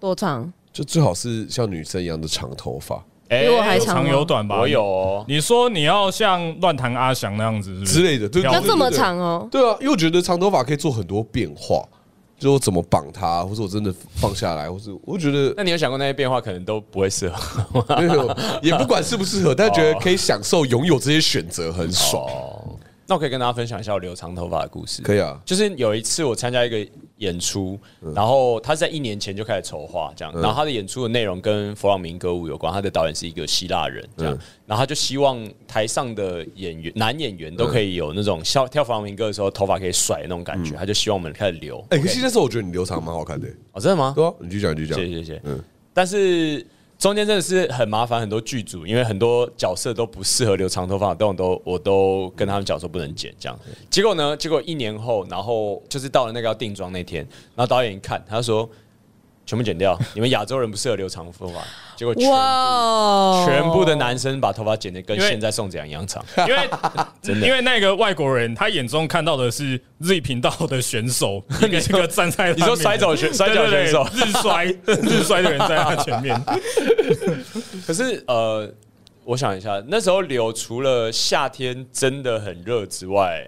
[SPEAKER 1] 多长？
[SPEAKER 2] 就最好是像女生一样的长头发
[SPEAKER 3] 哎
[SPEAKER 1] 比我还
[SPEAKER 4] 有长
[SPEAKER 1] 吗
[SPEAKER 4] 有短吧。
[SPEAKER 3] 我有、哦，
[SPEAKER 4] 你，你说你要像乱弹阿翔那样子是不是
[SPEAKER 2] 之类的。对，
[SPEAKER 4] 要
[SPEAKER 2] 对
[SPEAKER 1] 要这么？
[SPEAKER 2] 对对
[SPEAKER 1] 长哦？
[SPEAKER 2] 对啊，因为我觉得长头发可以做很多变化，就我怎么绑它，或者我真的放下来，或是我觉得
[SPEAKER 3] 那你有想过那些变化可能都不会适合？
[SPEAKER 2] 没有，也不管适不适合，但觉得可以享受拥有这些选择很爽。
[SPEAKER 3] 那我可以跟大家分享一下我留长头发的故事。
[SPEAKER 2] 可以啊
[SPEAKER 3] 就是有一次我参加一个演出，然后他在一年前就开始筹划这样，然后他的演出的内容跟弗朗明歌舞有关，他的导演是一个希腊人这样，然后他就希望台上的演员男演员都可以有那种跳跳弗朗明歌的时候头发可以甩的那种感觉，他就希望我们开始留。
[SPEAKER 2] 哎，可
[SPEAKER 3] OK
[SPEAKER 2] 是那时候我觉得你留长蛮好看的，
[SPEAKER 3] 哦，真的吗？
[SPEAKER 2] 对啊，你继续讲，你继续
[SPEAKER 3] 谢
[SPEAKER 2] 讲。
[SPEAKER 3] 谢谢谢。但是中间真的是很麻烦，很多剧组因为很多角色都不适合留长头发，但我都我都跟他们讲说不能剪这样。结果呢，结果一年后，然后就是到了那个要定妆那天，然后导演一看，他说全部剪掉，你们亚洲人不适合留长头发。结果全
[SPEAKER 1] 哇
[SPEAKER 3] 全部的男生把头发剪得跟
[SPEAKER 4] 因为
[SPEAKER 3] 现在宋子阳一样长。
[SPEAKER 4] 因为因为那个外国人他眼中看到的是 Z 频道的选手，一个一个站在他
[SPEAKER 3] 你说
[SPEAKER 4] 面前
[SPEAKER 3] 摔跤选摔跤
[SPEAKER 4] 对对对
[SPEAKER 3] 选手
[SPEAKER 4] 日 摔日摔的人在他前面，
[SPEAKER 3] 可是呃，我想一下，那时候留除了夏天真的很热之外，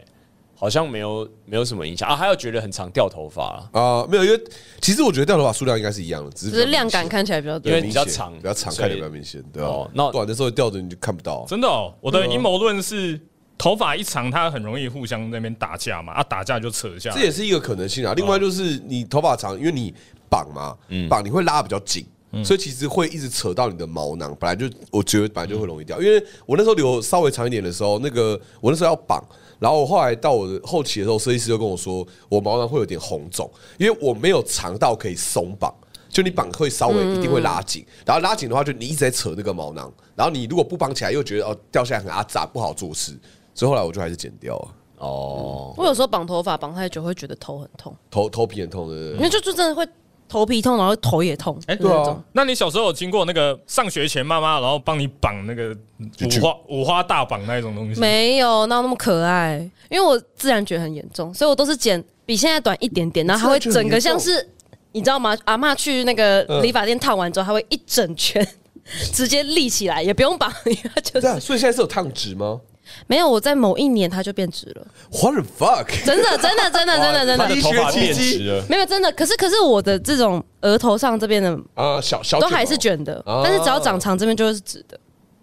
[SPEAKER 3] 好像没有没有什么影响啊。还有觉得很常掉头发，
[SPEAKER 2] 啊、没有，因为其实我觉得掉头发数量应该是一样的，只是
[SPEAKER 1] 只是
[SPEAKER 2] 比较
[SPEAKER 1] 量
[SPEAKER 2] 明显
[SPEAKER 1] 感看起来比较多
[SPEAKER 3] 因为。
[SPEAKER 2] 明
[SPEAKER 3] 比较
[SPEAKER 2] 显
[SPEAKER 3] 长
[SPEAKER 2] 比较长，
[SPEAKER 3] 所以
[SPEAKER 2] 看起来比较明显，对吧、啊
[SPEAKER 3] 哦那
[SPEAKER 2] 那短的时候掉的你就看不到。啊
[SPEAKER 4] 真的哦。我的阴谋论是头发一长，它很容易互相在那边打架嘛，啊打架就扯一下
[SPEAKER 2] 这。也是一个可能性啊。另外就是你头发长，因为你绑嘛，绑你会拉得比较紧。所以其实会一直扯到你的毛囊，本来就我觉得本来就会容易掉，因为我那时候留稍微长一点的时候，那个我那时候要绑，然后我后来到我的后期的时候，设计师就跟我说，我毛囊会有点红肿，因为我没有长到可以松绑，就你绑会稍微一定会拉紧，然后拉紧的话，就你一直在扯那个毛囊，然后你如果不绑起来，又觉得哦掉下来很阿杂，不好做事，所以后来我就还是剪掉了，
[SPEAKER 3] 哦，
[SPEAKER 1] 我有时候绑头发绑太久会觉得头很痛，
[SPEAKER 2] 头头皮很痛的。对
[SPEAKER 1] 因为就就真的会头皮痛，然后头也痛。哎，
[SPEAKER 2] 对啊，
[SPEAKER 4] 那你小时候有经过那个上学前妈妈，然后帮你绑那个五花五花大绑那一种东西？
[SPEAKER 1] 没有，哪有那么可爱？因为我自然卷很严重，所以我都是剪比现在短一点点，然后它会整个像是你知道吗？阿嬷去那个理发店烫完之后，它会一整圈 直接立起来，也不用绑，它就
[SPEAKER 2] 对
[SPEAKER 1] 是
[SPEAKER 2] 啊，所以现在是有烫直吗
[SPEAKER 1] 没有。我在某一年它就变直了，
[SPEAKER 2] ？What the fuck？
[SPEAKER 1] 真的，真的，真的，真的，真
[SPEAKER 3] 他
[SPEAKER 1] 的
[SPEAKER 3] 的
[SPEAKER 2] 一
[SPEAKER 3] 头发
[SPEAKER 2] 学期
[SPEAKER 3] 变
[SPEAKER 2] 机
[SPEAKER 3] 直了。
[SPEAKER 1] 没有真的。可是，可是我的这种额头上这边的
[SPEAKER 2] 啊，小小
[SPEAKER 1] 都
[SPEAKER 2] 毛
[SPEAKER 1] 还是，卷的，
[SPEAKER 2] 哦
[SPEAKER 1] 但是只要长长这边就是直的。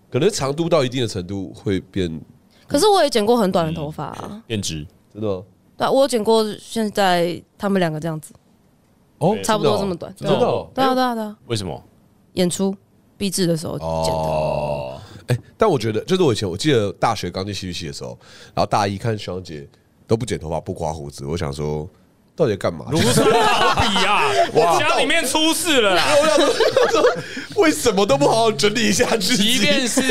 [SPEAKER 2] 可能长度到一定的程度会变，
[SPEAKER 3] 嗯
[SPEAKER 1] 可是我也剪过很短的头发、啊，
[SPEAKER 3] 变直，
[SPEAKER 2] 真的吗？
[SPEAKER 1] 对对啊，我有剪过现在他们两个这样子，
[SPEAKER 2] 哦
[SPEAKER 1] 差不多这么短
[SPEAKER 2] 真的哦。
[SPEAKER 1] 对啊，对啊，对啊，
[SPEAKER 3] 为什么？
[SPEAKER 1] 演出闭制的时候剪的。
[SPEAKER 2] 哦，哎，但我觉得，就是我以前我记得大学刚进戏剧系的时候，然后大一看学长姐都不剪头发、不刮胡子，我想说到底在干嘛？
[SPEAKER 4] 如山好比啊，
[SPEAKER 2] 哇
[SPEAKER 4] 家里面出事了啦，
[SPEAKER 2] 我想说我想说 为什么都不好好整理一下自己？
[SPEAKER 3] 即便是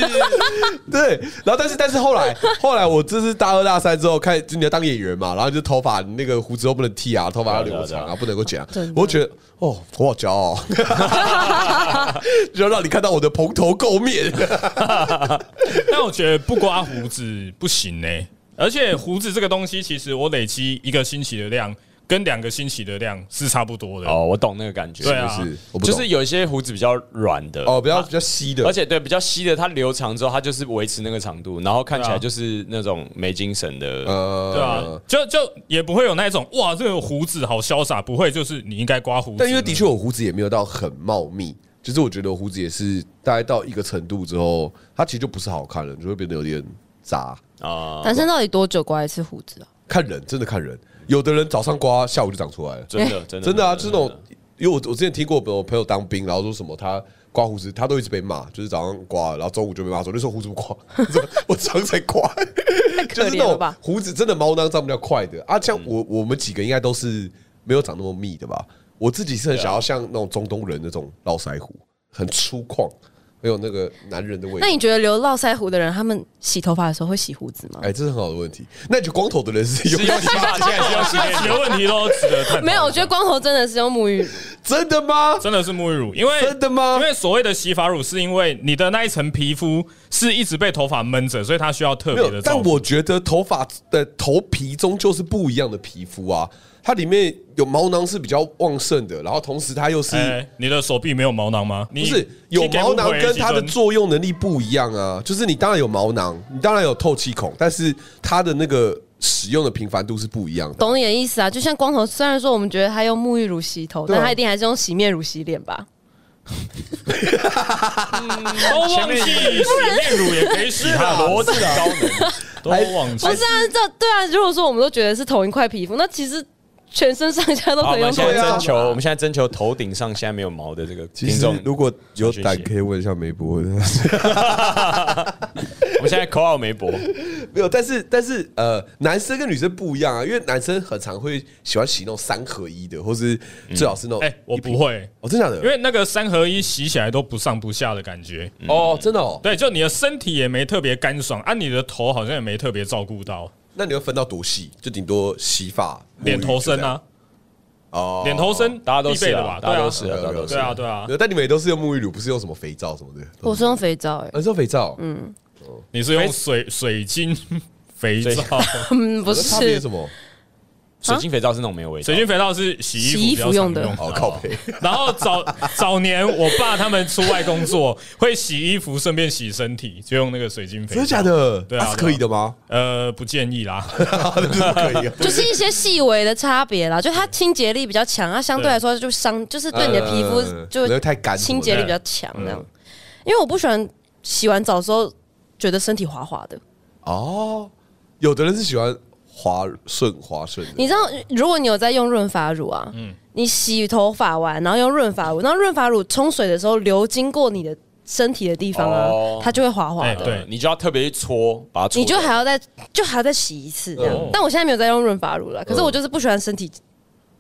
[SPEAKER 2] 对，然后但是但是后 来后来我这是大二大三之后开始你要当演员嘛，然后就头发那个胡子都不能剃啊，头发要留
[SPEAKER 3] 对啊
[SPEAKER 2] 长
[SPEAKER 3] 对
[SPEAKER 2] 啊，不能够剪啊
[SPEAKER 1] 真的。
[SPEAKER 2] 我觉得哦，我好骄傲，啊 就要让你看到我的蓬头垢面。
[SPEAKER 4] 但我觉得不刮胡子不行呢、而且胡子这个东西，其实我累积一个星期的量跟两个星期的量是差不多的。
[SPEAKER 3] 哦，我懂那个感觉，
[SPEAKER 4] 对啊
[SPEAKER 2] 是，我 不
[SPEAKER 3] 就
[SPEAKER 2] 懂
[SPEAKER 3] 是有一些胡子比较软的
[SPEAKER 2] 哦，比较比较稀的，
[SPEAKER 3] 而且对比较稀的，它留长之后，它就是维持那个长度，然后看起来就是那种没精神的。
[SPEAKER 2] 啊呃，
[SPEAKER 4] 对啊，就就也不会有那种哇，这个胡子好潇洒，不会就是你应该刮胡子。
[SPEAKER 2] 但因为的确我胡子也没有到很茂密，就是我觉得我胡子也是大概到一个程度之后，它其实就不是好看了，就会变得有点杂。
[SPEAKER 3] 啊，
[SPEAKER 1] 男生到底多久刮一次胡子啊？
[SPEAKER 2] 看人，真的看人，有的人早上刮，下午就长出来了。
[SPEAKER 3] 真的真的
[SPEAKER 2] 真的啊，就是那种，因为我我之前听过我朋友当兵，然后说什么他刮胡子，他都一直被骂，就是早上刮，然后中午就被骂说那时候胡子不刮， 我早上才刮，就
[SPEAKER 1] 可怜
[SPEAKER 2] 是那
[SPEAKER 1] 了
[SPEAKER 2] 种
[SPEAKER 1] 吧
[SPEAKER 2] 胡子真的毛囊长比较快的啊。像我我们几个应该都是没有长那么密的吧？我自己是很想要像那种中东人那种络腮胡，很粗犷，很有那个男人的味道
[SPEAKER 1] 那。你觉得留络腮胡的人，他们洗头发的时候会洗胡子吗？
[SPEAKER 2] 哎，这是很好的问题。那你觉得光头的人是有
[SPEAKER 3] 是用洗发精还是用洗面
[SPEAKER 4] 几
[SPEAKER 3] 乳？
[SPEAKER 4] 个哎问题都值得探讨。
[SPEAKER 1] 没有，我觉得光头真的是用沐浴乳，
[SPEAKER 2] 真的吗？
[SPEAKER 4] 真的是沐浴乳，因为
[SPEAKER 2] 真的吗
[SPEAKER 4] 因为所谓的洗发乳，是因为你的那一层皮肤是一直被头发闷着，所以它需要特
[SPEAKER 2] 没
[SPEAKER 4] 别的
[SPEAKER 2] 有，但
[SPEAKER 4] 照顾。
[SPEAKER 2] 我觉得头发的头皮终究是不一样的皮肤啊，它里面有毛囊是比较旺盛的，然后同时它又是、
[SPEAKER 4] 哎你的手臂没有毛囊吗？
[SPEAKER 2] 不
[SPEAKER 4] 你
[SPEAKER 2] 是有毛囊跟它的
[SPEAKER 4] 做。
[SPEAKER 2] 作用能力不一样啊？就是你当然有毛囊，你当然有透气孔，但是它的那个使用的频繁度是不一样的。
[SPEAKER 1] 懂你的意思啊？就像光头，虽然说我们觉得他用沐浴乳洗头，
[SPEAKER 2] 对啊
[SPEAKER 1] 但他一定还是用洗面乳洗脸吧？
[SPEAKER 4] 都忘记洗面乳也可以洗它，逻辑高能， 都忘记
[SPEAKER 1] 不。是啊，这对啊。如果说我们都觉得是同一块皮肤，那其实全身上下都
[SPEAKER 3] 好，
[SPEAKER 1] 可
[SPEAKER 3] 我
[SPEAKER 1] 以用
[SPEAKER 3] 们
[SPEAKER 1] 同
[SPEAKER 3] 现
[SPEAKER 1] 一
[SPEAKER 3] 在
[SPEAKER 1] 块
[SPEAKER 3] 征
[SPEAKER 1] 皮肤
[SPEAKER 3] 求，
[SPEAKER 1] 啊。
[SPEAKER 3] 我们现在征求头顶上现在没有毛的这个
[SPEAKER 2] 其
[SPEAKER 3] 听
[SPEAKER 2] 实
[SPEAKER 3] 众。
[SPEAKER 2] 如果有胆
[SPEAKER 3] 学习
[SPEAKER 2] 可以问一下梅博，
[SPEAKER 3] 我们现在口号梅 博，
[SPEAKER 2] 没有，但是但是呃，男生跟女生不一样啊，因为男生很常会喜欢洗那种三合一的，或是最好是那种
[SPEAKER 4] 哎，我
[SPEAKER 2] 一瓶
[SPEAKER 4] 不，会，
[SPEAKER 2] 哦，真的假的？
[SPEAKER 4] 因为那个三合一洗起来都不上不下的感觉。
[SPEAKER 3] 嗯
[SPEAKER 2] 哦，真的哦，
[SPEAKER 4] 对，就你的身体也没特别干爽，啊，你的头好像也没特别照顾到，
[SPEAKER 2] 那你会分到多细？就顶多洗发、沐浴
[SPEAKER 4] 脸头身啊，
[SPEAKER 2] 哦
[SPEAKER 4] 脸头身
[SPEAKER 3] 大家都
[SPEAKER 4] 必备
[SPEAKER 3] 是
[SPEAKER 4] 的
[SPEAKER 3] 啊
[SPEAKER 4] 吧？，
[SPEAKER 3] 大家都是
[SPEAKER 4] 对
[SPEAKER 3] 啊，
[SPEAKER 2] 对啊
[SPEAKER 3] 大家都
[SPEAKER 4] 啊，
[SPEAKER 3] 是
[SPEAKER 4] 对啊，对啊
[SPEAKER 2] 没。有但你们也都是用沐浴乳，不是用什么肥皂什么的。
[SPEAKER 1] 我是用肥皂、欸，
[SPEAKER 2] 啊你是用肥皂，嗯，
[SPEAKER 4] 你是用水 水晶肥皂，
[SPEAKER 1] 嗯，不
[SPEAKER 2] 差别
[SPEAKER 1] 是
[SPEAKER 2] 什，么？
[SPEAKER 3] 啊水晶肥皂是那种没有味道
[SPEAKER 4] 水。晶肥皂是洗衣服
[SPEAKER 1] 洗衣
[SPEAKER 4] 比较
[SPEAKER 1] 服用
[SPEAKER 4] 常
[SPEAKER 1] 的
[SPEAKER 2] 哦，靠背，
[SPEAKER 4] 然后早早年我爸他们出外工作会洗衣服，顺便洗身体，就用那个水晶肥
[SPEAKER 2] 真
[SPEAKER 4] 皂。
[SPEAKER 2] 的假？的？
[SPEAKER 4] 对啊
[SPEAKER 2] 啊是可以的吗？
[SPEAKER 4] 呃，不建议 啦。
[SPEAKER 2] 真的可以啊。
[SPEAKER 1] 就是一些细微的差别啦。就它清洁力比较强，它相对来说就伤，就是对你的皮肤
[SPEAKER 2] 嗯
[SPEAKER 1] 就
[SPEAKER 2] 可能太干什么的，
[SPEAKER 1] 清洁力比较强那样。因为我不喜欢洗完澡之后觉得身体滑滑的。
[SPEAKER 2] 哦。有的人是喜欢滑顺滑顺的，
[SPEAKER 1] 你知道，如果你有在用润发乳啊，你洗头发完，然后用润发乳，然后润发乳冲水的时候流经过你的身体的地方啊，
[SPEAKER 3] 哦
[SPEAKER 1] 它就会滑滑
[SPEAKER 4] 哎
[SPEAKER 1] 的。
[SPEAKER 4] 对
[SPEAKER 3] 你就要特别去搓，把它搓掉。
[SPEAKER 1] 你就还要再就还要再洗一次
[SPEAKER 2] 嗯
[SPEAKER 1] 这样，
[SPEAKER 4] 哦
[SPEAKER 1] 但我现在没有在用润发乳了。可是我就是不喜欢身体，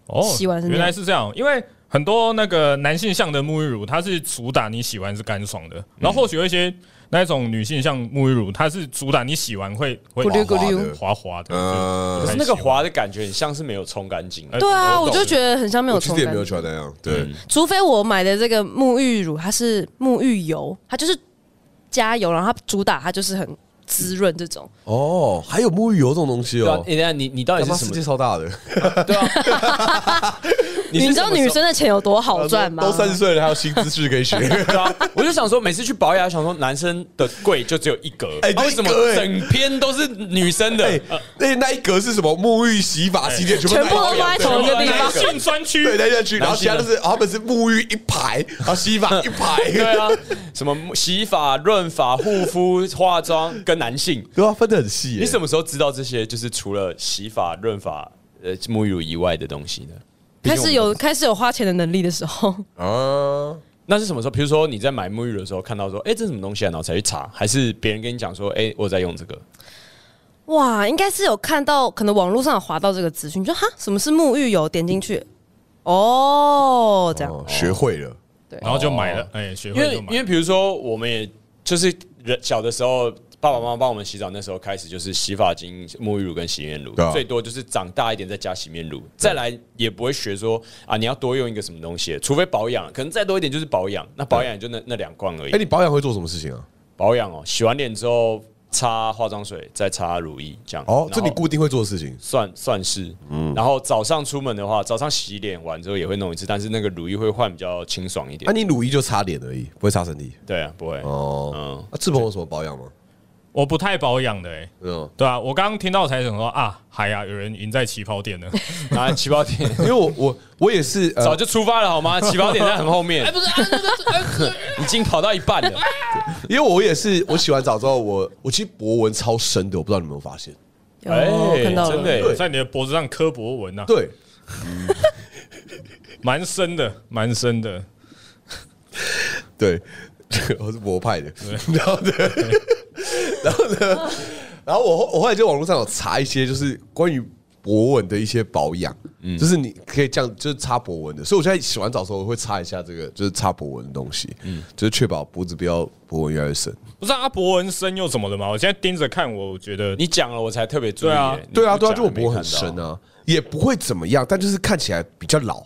[SPEAKER 4] 哦
[SPEAKER 1] 洗完是那样
[SPEAKER 4] 原来是这样，因为很多那个男性向的沐浴乳，它是主打你洗完是干爽的，然后或许有一些那种女性向沐浴乳，它是主打你洗完会会
[SPEAKER 1] 咕溜咕溜
[SPEAKER 4] 滑滑的，
[SPEAKER 2] 嗯
[SPEAKER 3] 可
[SPEAKER 4] 就不
[SPEAKER 3] 是
[SPEAKER 4] 太
[SPEAKER 3] 那个
[SPEAKER 4] 喜欢
[SPEAKER 3] 滑的感觉，很像是没有冲干净。
[SPEAKER 4] 哎
[SPEAKER 1] 对啊，
[SPEAKER 4] 我
[SPEAKER 1] 我
[SPEAKER 4] 懂
[SPEAKER 1] 就觉得很像没有
[SPEAKER 2] 我其
[SPEAKER 1] 冲
[SPEAKER 2] 实也没
[SPEAKER 1] 干
[SPEAKER 2] 有
[SPEAKER 1] 净。
[SPEAKER 2] 喜欢那样，对，
[SPEAKER 1] 除非我买的这个沐浴乳它是沐浴油，它就是加油，然后它主打它就是很滋润这种。
[SPEAKER 2] 哦，还有沐浴油这种东西
[SPEAKER 3] 对啊，
[SPEAKER 2] 哦
[SPEAKER 3] 哎，等一下你你到底
[SPEAKER 2] 他
[SPEAKER 3] 是
[SPEAKER 2] 妈
[SPEAKER 3] 什
[SPEAKER 2] 世
[SPEAKER 3] 么
[SPEAKER 2] 界？超大的，
[SPEAKER 3] 对啊，你
[SPEAKER 1] 你
[SPEAKER 3] 是
[SPEAKER 1] 知道
[SPEAKER 3] 什么时
[SPEAKER 1] 女
[SPEAKER 3] 候
[SPEAKER 1] 生的钱有多好赚吗？
[SPEAKER 2] 呃都三十岁了，还有新知识可以学，
[SPEAKER 3] 对啊，我就想说，每次去保养，想说男生的柜就只有一格，
[SPEAKER 2] 哎
[SPEAKER 3] 啊为什么
[SPEAKER 2] 就一格哎
[SPEAKER 3] 整篇都是女生的？
[SPEAKER 2] 哎，那那一格是什么？沐浴、洗发、洗脸，全部
[SPEAKER 1] 全部都
[SPEAKER 2] 都
[SPEAKER 1] 放在同一个地
[SPEAKER 4] 男
[SPEAKER 1] 方。
[SPEAKER 4] 性专区
[SPEAKER 2] 嗯对待下去，然后其他
[SPEAKER 3] 男
[SPEAKER 2] 就
[SPEAKER 3] 性
[SPEAKER 2] 是哦他们是沐浴一排，然后洗发一排，
[SPEAKER 3] 对啊，什么洗发、润发、护肤、化妆跟男性，
[SPEAKER 2] 对啊，分得很细耶。
[SPEAKER 3] 你什么时候知道这些？就是除了洗发、润发呃沐浴乳以外的东西呢？
[SPEAKER 1] 开始有开始有花钱的能力的时候，
[SPEAKER 2] 啊，
[SPEAKER 3] 那是什么时候？比如说你在买沐浴乳的时候看到说，哎、这是什么东西啊？然后才去查，还是别人跟你讲说，哎、我在用这个？
[SPEAKER 1] 哇，应该是有看到，可能网络上有滑到这个资讯，就哈，什么是沐浴油？点进去，哦，这样，
[SPEAKER 2] 哦，学会了，
[SPEAKER 4] 然后就买
[SPEAKER 2] 哦
[SPEAKER 4] 了，哎，学
[SPEAKER 3] 因
[SPEAKER 4] 会
[SPEAKER 3] 为
[SPEAKER 4] 就买
[SPEAKER 3] 因。为比如说，我们也就是人小的时候，爸爸妈妈帮我们洗澡，那时候开始就是洗发精、沐浴乳跟洗面乳，
[SPEAKER 2] 对啊
[SPEAKER 3] 最多就是长大一点再加洗面乳，再来也不会学说啊，你要多用一个什么东西，除非保养，可能再多一点就是保养，那保养也就那那两罐而已
[SPEAKER 2] 哎，。你保养会做什么事情啊？
[SPEAKER 3] 保养哦，洗完脸之后擦化妆水，再擦乳液，这样。
[SPEAKER 2] 哦，
[SPEAKER 3] 然后
[SPEAKER 2] 这你固定会做的事情
[SPEAKER 3] 算算是，嗯。然后早上出门的话，早上洗脸完之后也会弄一次，但是那个乳液会换比较清爽一点
[SPEAKER 2] 啊，。你乳液就擦脸而已，不会擦身体。
[SPEAKER 3] 对啊，不会。
[SPEAKER 2] 哦
[SPEAKER 3] 嗯，
[SPEAKER 2] 啊，志鹏有什么保养吗？
[SPEAKER 4] 我不太保养的，哎，
[SPEAKER 2] 嗯，
[SPEAKER 4] 对啊，我刚刚听到才想说啊，嗨呀，有人赢在起跑点了。
[SPEAKER 3] 拿起 跑点。
[SPEAKER 2] 因为我我我也是呃
[SPEAKER 3] 早就出发了好吗？起跑点在很后面
[SPEAKER 5] 哎，，不是，啊那个哎不是
[SPEAKER 3] 已经跑到一半了。
[SPEAKER 2] 因为我也是，我洗完澡之后，我我其实博纹超深的，我不知道你有没有发现。
[SPEAKER 1] 有、
[SPEAKER 5] 哦
[SPEAKER 1] 看到
[SPEAKER 3] 哎真
[SPEAKER 1] 了，
[SPEAKER 3] 的耶，
[SPEAKER 4] 在你的脖子上刻薄纹呐、啊，
[SPEAKER 2] 对，
[SPEAKER 4] 蛮深的，蛮深的。
[SPEAKER 2] 对， 我是博派的。 然后呢， 然后呢，然后我后我后来就网络上有查一些，就是关于博纹的一些保养，
[SPEAKER 3] 嗯
[SPEAKER 2] 就是你可以这样，就是擦博纹的。所以我现在洗完澡的时候，我会擦一下这个，就是擦博纹的东西，嗯，就是确保脖子不要博纹越来越深。
[SPEAKER 4] 不是啊，博纹深又怎么了嘛？我现在盯着看，我觉得
[SPEAKER 3] 你讲了我才特别注意
[SPEAKER 4] 对啊
[SPEAKER 3] 耶。
[SPEAKER 2] 对啊，对啊，
[SPEAKER 3] 你
[SPEAKER 2] 就
[SPEAKER 3] 不
[SPEAKER 2] 我
[SPEAKER 3] 讲
[SPEAKER 2] 脖很
[SPEAKER 3] 还没看
[SPEAKER 2] 深
[SPEAKER 3] 到。
[SPEAKER 2] 啊，也不会怎么样，但就是看起来比较老。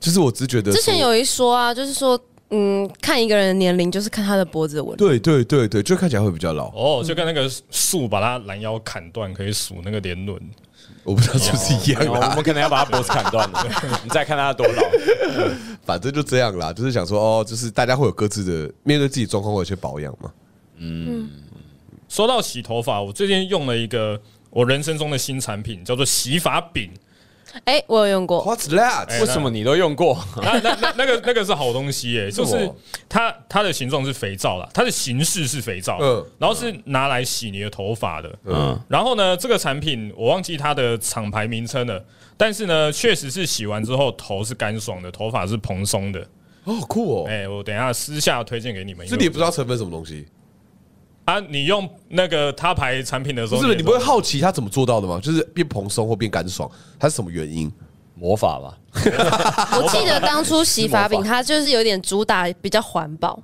[SPEAKER 2] 就是我只是觉得
[SPEAKER 1] 之前
[SPEAKER 2] 说
[SPEAKER 1] 有一说啊，就是说，嗯，看一个人的年龄就是看他的脖子的纹路，
[SPEAKER 2] 对对对对，就看起来会比较老。
[SPEAKER 4] 哦，就跟那个树把它拦腰砍断，可以数那个年轮。
[SPEAKER 2] 我不知道是不是一样
[SPEAKER 3] 没有哎我
[SPEAKER 2] 啦，
[SPEAKER 3] 们可能要把他脖子砍 断了，你再看他多老。
[SPEAKER 2] 反正就这样啦，就是想说哦，就是大家会有各自的面对自己状况，会有一些保养嘛。
[SPEAKER 4] 说到洗头发，我最近用了一个我人生中的新产品，叫做洗发饼。
[SPEAKER 1] 哎、我有用
[SPEAKER 4] 哦
[SPEAKER 1] 过，
[SPEAKER 2] What's that？
[SPEAKER 4] 哎
[SPEAKER 3] 为什么你都用过？
[SPEAKER 4] 那那那那个那个是好东西耶、就
[SPEAKER 2] 啊什
[SPEAKER 4] 是
[SPEAKER 2] 么
[SPEAKER 4] 它它的形状是肥皂啦，它的形式是肥皂，
[SPEAKER 2] 嗯
[SPEAKER 4] 然后是拿来洗你的头发的，
[SPEAKER 3] 嗯，
[SPEAKER 4] 然后呢，这个产品我忘记它的厂牌名称了，但是呢，确实是洗完之后头是干爽的，头发是蓬松的。
[SPEAKER 2] 哦，好酷哦！
[SPEAKER 4] 哎、我等一下私下推荐给你们。
[SPEAKER 2] 这你也不知道成分什么东西，
[SPEAKER 4] 啊，你用那个他牌产品的时
[SPEAKER 2] 不
[SPEAKER 4] 候，
[SPEAKER 2] 是不是你不
[SPEAKER 4] 也
[SPEAKER 2] 会好奇它怎么做到的吗？就是变蓬松或变干爽，它是什么原因？
[SPEAKER 3] 魔法吧，
[SPEAKER 1] 我记得当初洗发
[SPEAKER 3] 是
[SPEAKER 1] 饼
[SPEAKER 3] 魔
[SPEAKER 1] 它就是有点主打比较环保，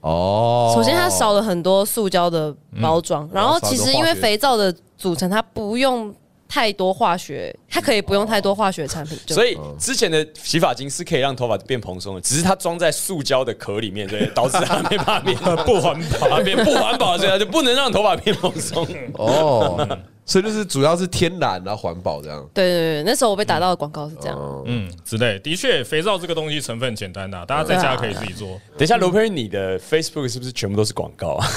[SPEAKER 2] 哦，嗯
[SPEAKER 1] 首先它少了很多塑胶的包装，然后其实因为肥皂的组成，它不用太多化学，它可以不用太多化学产品，就
[SPEAKER 3] 所以之前的洗发精是可以让头发变蓬松的，只是它装在塑胶的壳里面，所以 导致它没办法变 不环保，它变不环保，所以它就不能让头发变蓬松。
[SPEAKER 2] 哦，所以就是主要是天然啊，环保这样。
[SPEAKER 1] 对对对，那时候我被打到的广告是这样，
[SPEAKER 2] 哦
[SPEAKER 4] 嗯之类，的确，肥皂这个东西成分简单呐、啊大家在家可以自己
[SPEAKER 2] 嗯
[SPEAKER 4] 做。
[SPEAKER 3] 等一下，罗佩你的 Facebook 是不是全部都是广告啊？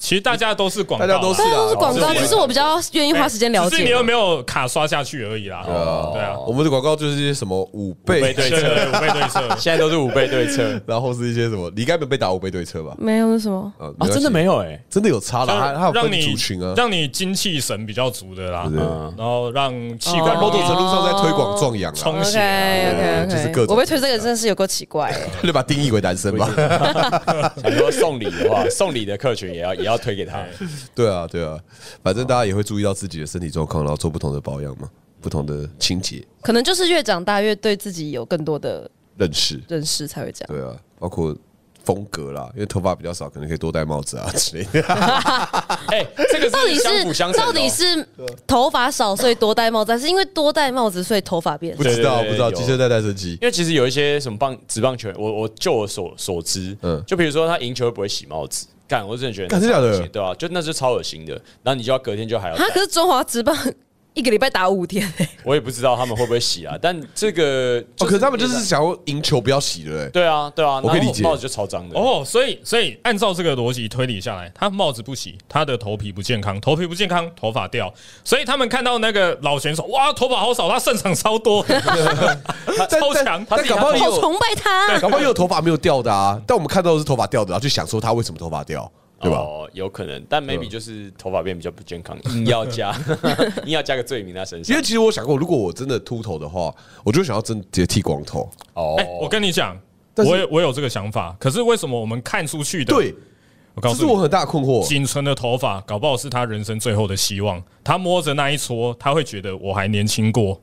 [SPEAKER 4] 其实大家都是广告
[SPEAKER 2] 大
[SPEAKER 4] 啦，
[SPEAKER 2] 家都是
[SPEAKER 1] 但都是
[SPEAKER 2] 啊，
[SPEAKER 1] 广告，只是我比较愿意
[SPEAKER 4] 哎
[SPEAKER 1] 花时间了
[SPEAKER 4] 只是你
[SPEAKER 1] 解
[SPEAKER 4] 有。没有卡刷下去而已啦。对啊，
[SPEAKER 2] 我们的广告就是一些什么五倍
[SPEAKER 3] 五倍对
[SPEAKER 4] 对对，五倍 对策。
[SPEAKER 3] 现在都是五倍对策
[SPEAKER 2] 然后是一些什么，你应该没有被打五倍对车吧？
[SPEAKER 1] 没有是什么？
[SPEAKER 2] 啊
[SPEAKER 3] 啊，真的没有哎、
[SPEAKER 2] 真的有差了，它它有
[SPEAKER 4] 让
[SPEAKER 2] 分
[SPEAKER 4] 你
[SPEAKER 2] 族群啊，
[SPEAKER 4] 让你精气神比较足的啦，
[SPEAKER 2] 对
[SPEAKER 4] 嗯然后让气管
[SPEAKER 2] 某种
[SPEAKER 4] 容易
[SPEAKER 2] 程度上在推广壮阳啊。
[SPEAKER 4] 充
[SPEAKER 1] OK
[SPEAKER 4] 血啊。
[SPEAKER 3] 哦
[SPEAKER 1] OK
[SPEAKER 2] 就是
[SPEAKER 1] OK，
[SPEAKER 2] 各种啊
[SPEAKER 1] 我被推这个真的是有够奇怪欸，
[SPEAKER 2] 就把定义为男生吧。
[SPEAKER 3] 很多送礼的话，送礼的客群也要也要推给他。
[SPEAKER 2] 对啊，对啊，反正大家也会注意到自己的身体状况，然后做不同的保养嘛，不同的清洁
[SPEAKER 1] 可能就是越长大越对自己有更多的
[SPEAKER 2] 认识。
[SPEAKER 1] 认识才会这样。
[SPEAKER 2] 对啊，包括风格啦，因为头发比较少，可能可以多戴帽子啊之类的。
[SPEAKER 3] 哎、这个
[SPEAKER 1] 到底
[SPEAKER 3] 相辅
[SPEAKER 1] 是
[SPEAKER 3] 相成的哦
[SPEAKER 1] 到底是头发少所以多戴帽子，还是因为多戴帽子所以头发变
[SPEAKER 2] 不
[SPEAKER 1] 少？
[SPEAKER 2] 知道，
[SPEAKER 3] 对对对
[SPEAKER 2] 不知道，
[SPEAKER 3] 有
[SPEAKER 2] 机械带带生机
[SPEAKER 3] 因为其实有一些什么棒职棒球员，我我就我所所知，
[SPEAKER 2] 嗯
[SPEAKER 3] 嗯，就比如说他赢球会不会洗帽子，干，我真的觉得
[SPEAKER 2] 干真的假的
[SPEAKER 3] 超恶心对啊，就那是超恶心的。然后你就要隔天就还要戴
[SPEAKER 1] 他，啊可是中华职棒一个礼拜打五天欸，
[SPEAKER 3] 我也不知道他们会不会洗啊，但这个、
[SPEAKER 2] 哦，可是他们就是想要赢球，不要洗了、欸。
[SPEAKER 3] 对啊对啊，
[SPEAKER 2] 我可以理解
[SPEAKER 3] 然后帽子就超脏的哦，
[SPEAKER 4] 哦，所以所以按照这个逻辑推理下来，他帽子不洗，他的头皮不健康，头皮不健康，头发掉，所以他们看到那个老选手，哇，头发好少，他胜场 超多，
[SPEAKER 2] 但
[SPEAKER 4] 超
[SPEAKER 2] 但
[SPEAKER 4] 强
[SPEAKER 2] 但搞不好也
[SPEAKER 1] 好
[SPEAKER 2] 有，
[SPEAKER 1] 崇拜他啊。
[SPEAKER 2] 啊搞不好也有头发没有掉的啊。但我们看到的是头发掉的，然后就想说他为什么头发掉，对吧？
[SPEAKER 3] 哦，有可能，但 maybe 就是头发变比较不健康，硬要 加，硬要加个罪名在身
[SPEAKER 2] 因
[SPEAKER 3] 上
[SPEAKER 2] 为。其实我想过，如果我真的秃头的话，我就想要真直接剃光头。
[SPEAKER 3] 哦
[SPEAKER 4] 哎，我跟你讲，
[SPEAKER 2] 但是
[SPEAKER 4] 我也我有这个想法，可是为什么我们看出去的？
[SPEAKER 2] 对，
[SPEAKER 4] 我告
[SPEAKER 2] 这
[SPEAKER 4] 诉
[SPEAKER 2] 是
[SPEAKER 4] 你
[SPEAKER 2] 我，很大困惑。
[SPEAKER 4] 仅存的头发，搞不好是他人生最后的希望。他摸着那一撮，他会觉得我还年轻过。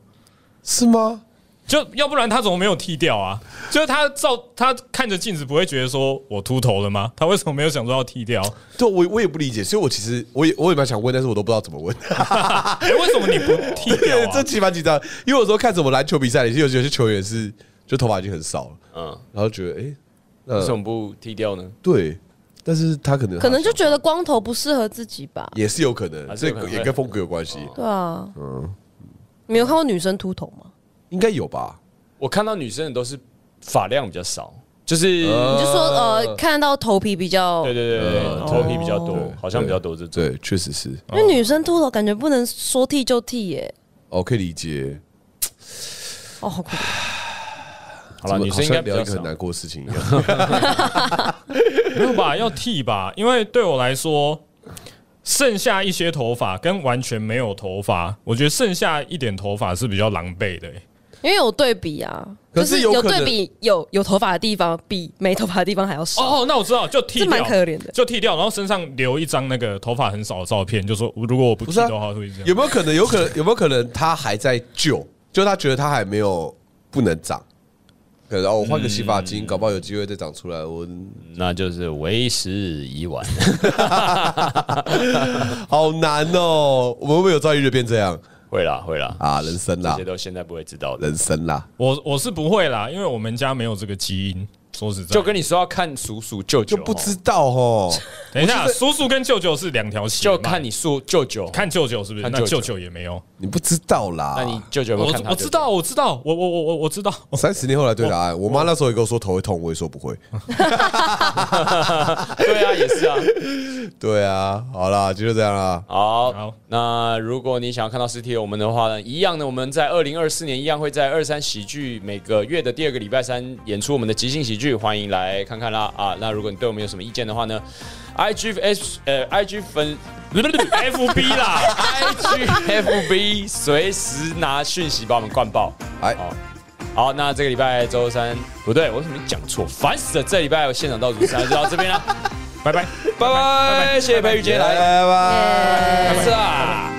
[SPEAKER 2] 是吗？
[SPEAKER 4] 就要不然他怎么没有剃掉啊？ 就是他照他看着镜子，不会觉得说我秃头了吗？他为什么没有想说要 剃掉？啊
[SPEAKER 2] 对，我我也不理解，所以我其实我也我也蛮想问，但是我都不知道怎么 问。
[SPEAKER 4] 哎、为什么你不剃掉、
[SPEAKER 2] 对，
[SPEAKER 4] 啊
[SPEAKER 2] 这？期蛮紧张，因为有时候看什么篮球比赛，有些有些球员是就头发已经很少了，
[SPEAKER 3] 嗯，
[SPEAKER 2] 然后觉得哎、诶
[SPEAKER 3] 为
[SPEAKER 2] 那
[SPEAKER 3] 什么不剃掉呢？
[SPEAKER 2] 对，但是他可能
[SPEAKER 1] 可能就觉得光头不适合自己吧。
[SPEAKER 2] 也是有可能，
[SPEAKER 3] 还是
[SPEAKER 2] 这
[SPEAKER 3] 有可能哦
[SPEAKER 2] 也跟风格有关系，
[SPEAKER 1] 对啊，
[SPEAKER 3] 嗯
[SPEAKER 1] 你没有看过女生秃头吗？
[SPEAKER 2] 应该有吧？
[SPEAKER 3] 我看到女生的都是发量比较少，就是
[SPEAKER 2] 哦
[SPEAKER 1] 你就说呃，看到头皮比较，
[SPEAKER 3] 对对
[SPEAKER 1] 因
[SPEAKER 3] 对对对，
[SPEAKER 2] 嗯
[SPEAKER 3] 头皮比较多
[SPEAKER 2] 对，
[SPEAKER 3] 好像比较多这种。
[SPEAKER 2] 对，确实是
[SPEAKER 1] 为女生秃头感觉不能说剃就剃耶。
[SPEAKER 2] 哦，可以理解。
[SPEAKER 1] 哦，好恐怖
[SPEAKER 3] 好了，
[SPEAKER 2] 怎么
[SPEAKER 3] 女生应该
[SPEAKER 2] 好像
[SPEAKER 3] 比
[SPEAKER 2] 聊
[SPEAKER 3] 较
[SPEAKER 2] 一个
[SPEAKER 3] 少
[SPEAKER 2] 很。难过的事情一样，
[SPEAKER 4] 没有吧？ 要剃吧，因为对我来说，剩下一些头发跟完全没有头发，我觉得剩下一点头发是比较狼狈的、欸
[SPEAKER 1] 因为有对比啊，
[SPEAKER 2] 可
[SPEAKER 1] 就是是
[SPEAKER 2] 有
[SPEAKER 1] 有
[SPEAKER 2] 可能
[SPEAKER 1] 对比，有有头发的地方比没头发的地方还要少。
[SPEAKER 4] 哦，那我知道，就剃
[SPEAKER 1] 这
[SPEAKER 4] 掉，
[SPEAKER 1] 蛮可怜的
[SPEAKER 4] 就剃掉，然后身上留一张那个头发很少的照片，就说如果我不
[SPEAKER 2] 不
[SPEAKER 4] 剃
[SPEAKER 2] 是啊
[SPEAKER 4] 的话会这样。
[SPEAKER 2] 有没有可能？有可能有没有可能他还在救？就他觉得他还没有不能长，可能哦，我换个洗发
[SPEAKER 3] 嗯
[SPEAKER 2] 精，搞不好有机会再长出来。我
[SPEAKER 3] 那就是为时已晚。
[SPEAKER 2] 好难哦，我们会不会有朝一日变这样
[SPEAKER 3] 会啦，会啦，
[SPEAKER 2] 啊？人生
[SPEAKER 3] 这
[SPEAKER 2] 啦
[SPEAKER 3] 些，都现在不会知道的。
[SPEAKER 2] 人生啦，
[SPEAKER 4] 我我是不会啦，因为我们家没有这个基因。说实在，
[SPEAKER 3] 就跟你说要看叔叔舅舅
[SPEAKER 2] 就
[SPEAKER 3] 哦，
[SPEAKER 2] 不知道哦。
[SPEAKER 4] 等一下，叔叔跟舅舅是两条线
[SPEAKER 3] 就
[SPEAKER 4] 嘛，
[SPEAKER 3] 看你叔舅舅。
[SPEAKER 4] 看舅舅是不是？
[SPEAKER 3] 看
[SPEAKER 4] 那
[SPEAKER 3] 舅舅
[SPEAKER 4] 舅舅也没有。
[SPEAKER 2] 你不知道啦。
[SPEAKER 3] 那你舅舅有没
[SPEAKER 4] 我
[SPEAKER 3] 有看他？
[SPEAKER 4] 我知，道，我知道，我我我我我知道。
[SPEAKER 2] 三十年后来对答案，我妈那时候也跟我说头会痛，我也说不 会。
[SPEAKER 3] 对啊，也是啊。
[SPEAKER 2] 对啊，好啦，就这样啦。
[SPEAKER 3] 好，
[SPEAKER 4] 好
[SPEAKER 3] 那如果你想要看到实体的我们的话呢，一样呢，我们在二零二四年一样会在二三喜剧每个月的第二个礼拜三演出我们的即兴喜剧，欢迎来看看啦啊！那如果你对我们有什么意见的话呢，IG S 呃 IG 粉
[SPEAKER 4] FB 啦，
[SPEAKER 3] IG FB 随时拿讯息把我们灌爆。
[SPEAKER 2] 哎，
[SPEAKER 3] 好好，那这个礼拜周三不对，我怎么讲错？烦死了！这礼拜我现场倒数三就到这边了，
[SPEAKER 4] 拜拜。
[SPEAKER 3] 拜拜，谢谢培宇今天来，
[SPEAKER 2] 拜拜。
[SPEAKER 1] 耶
[SPEAKER 3] 是啊。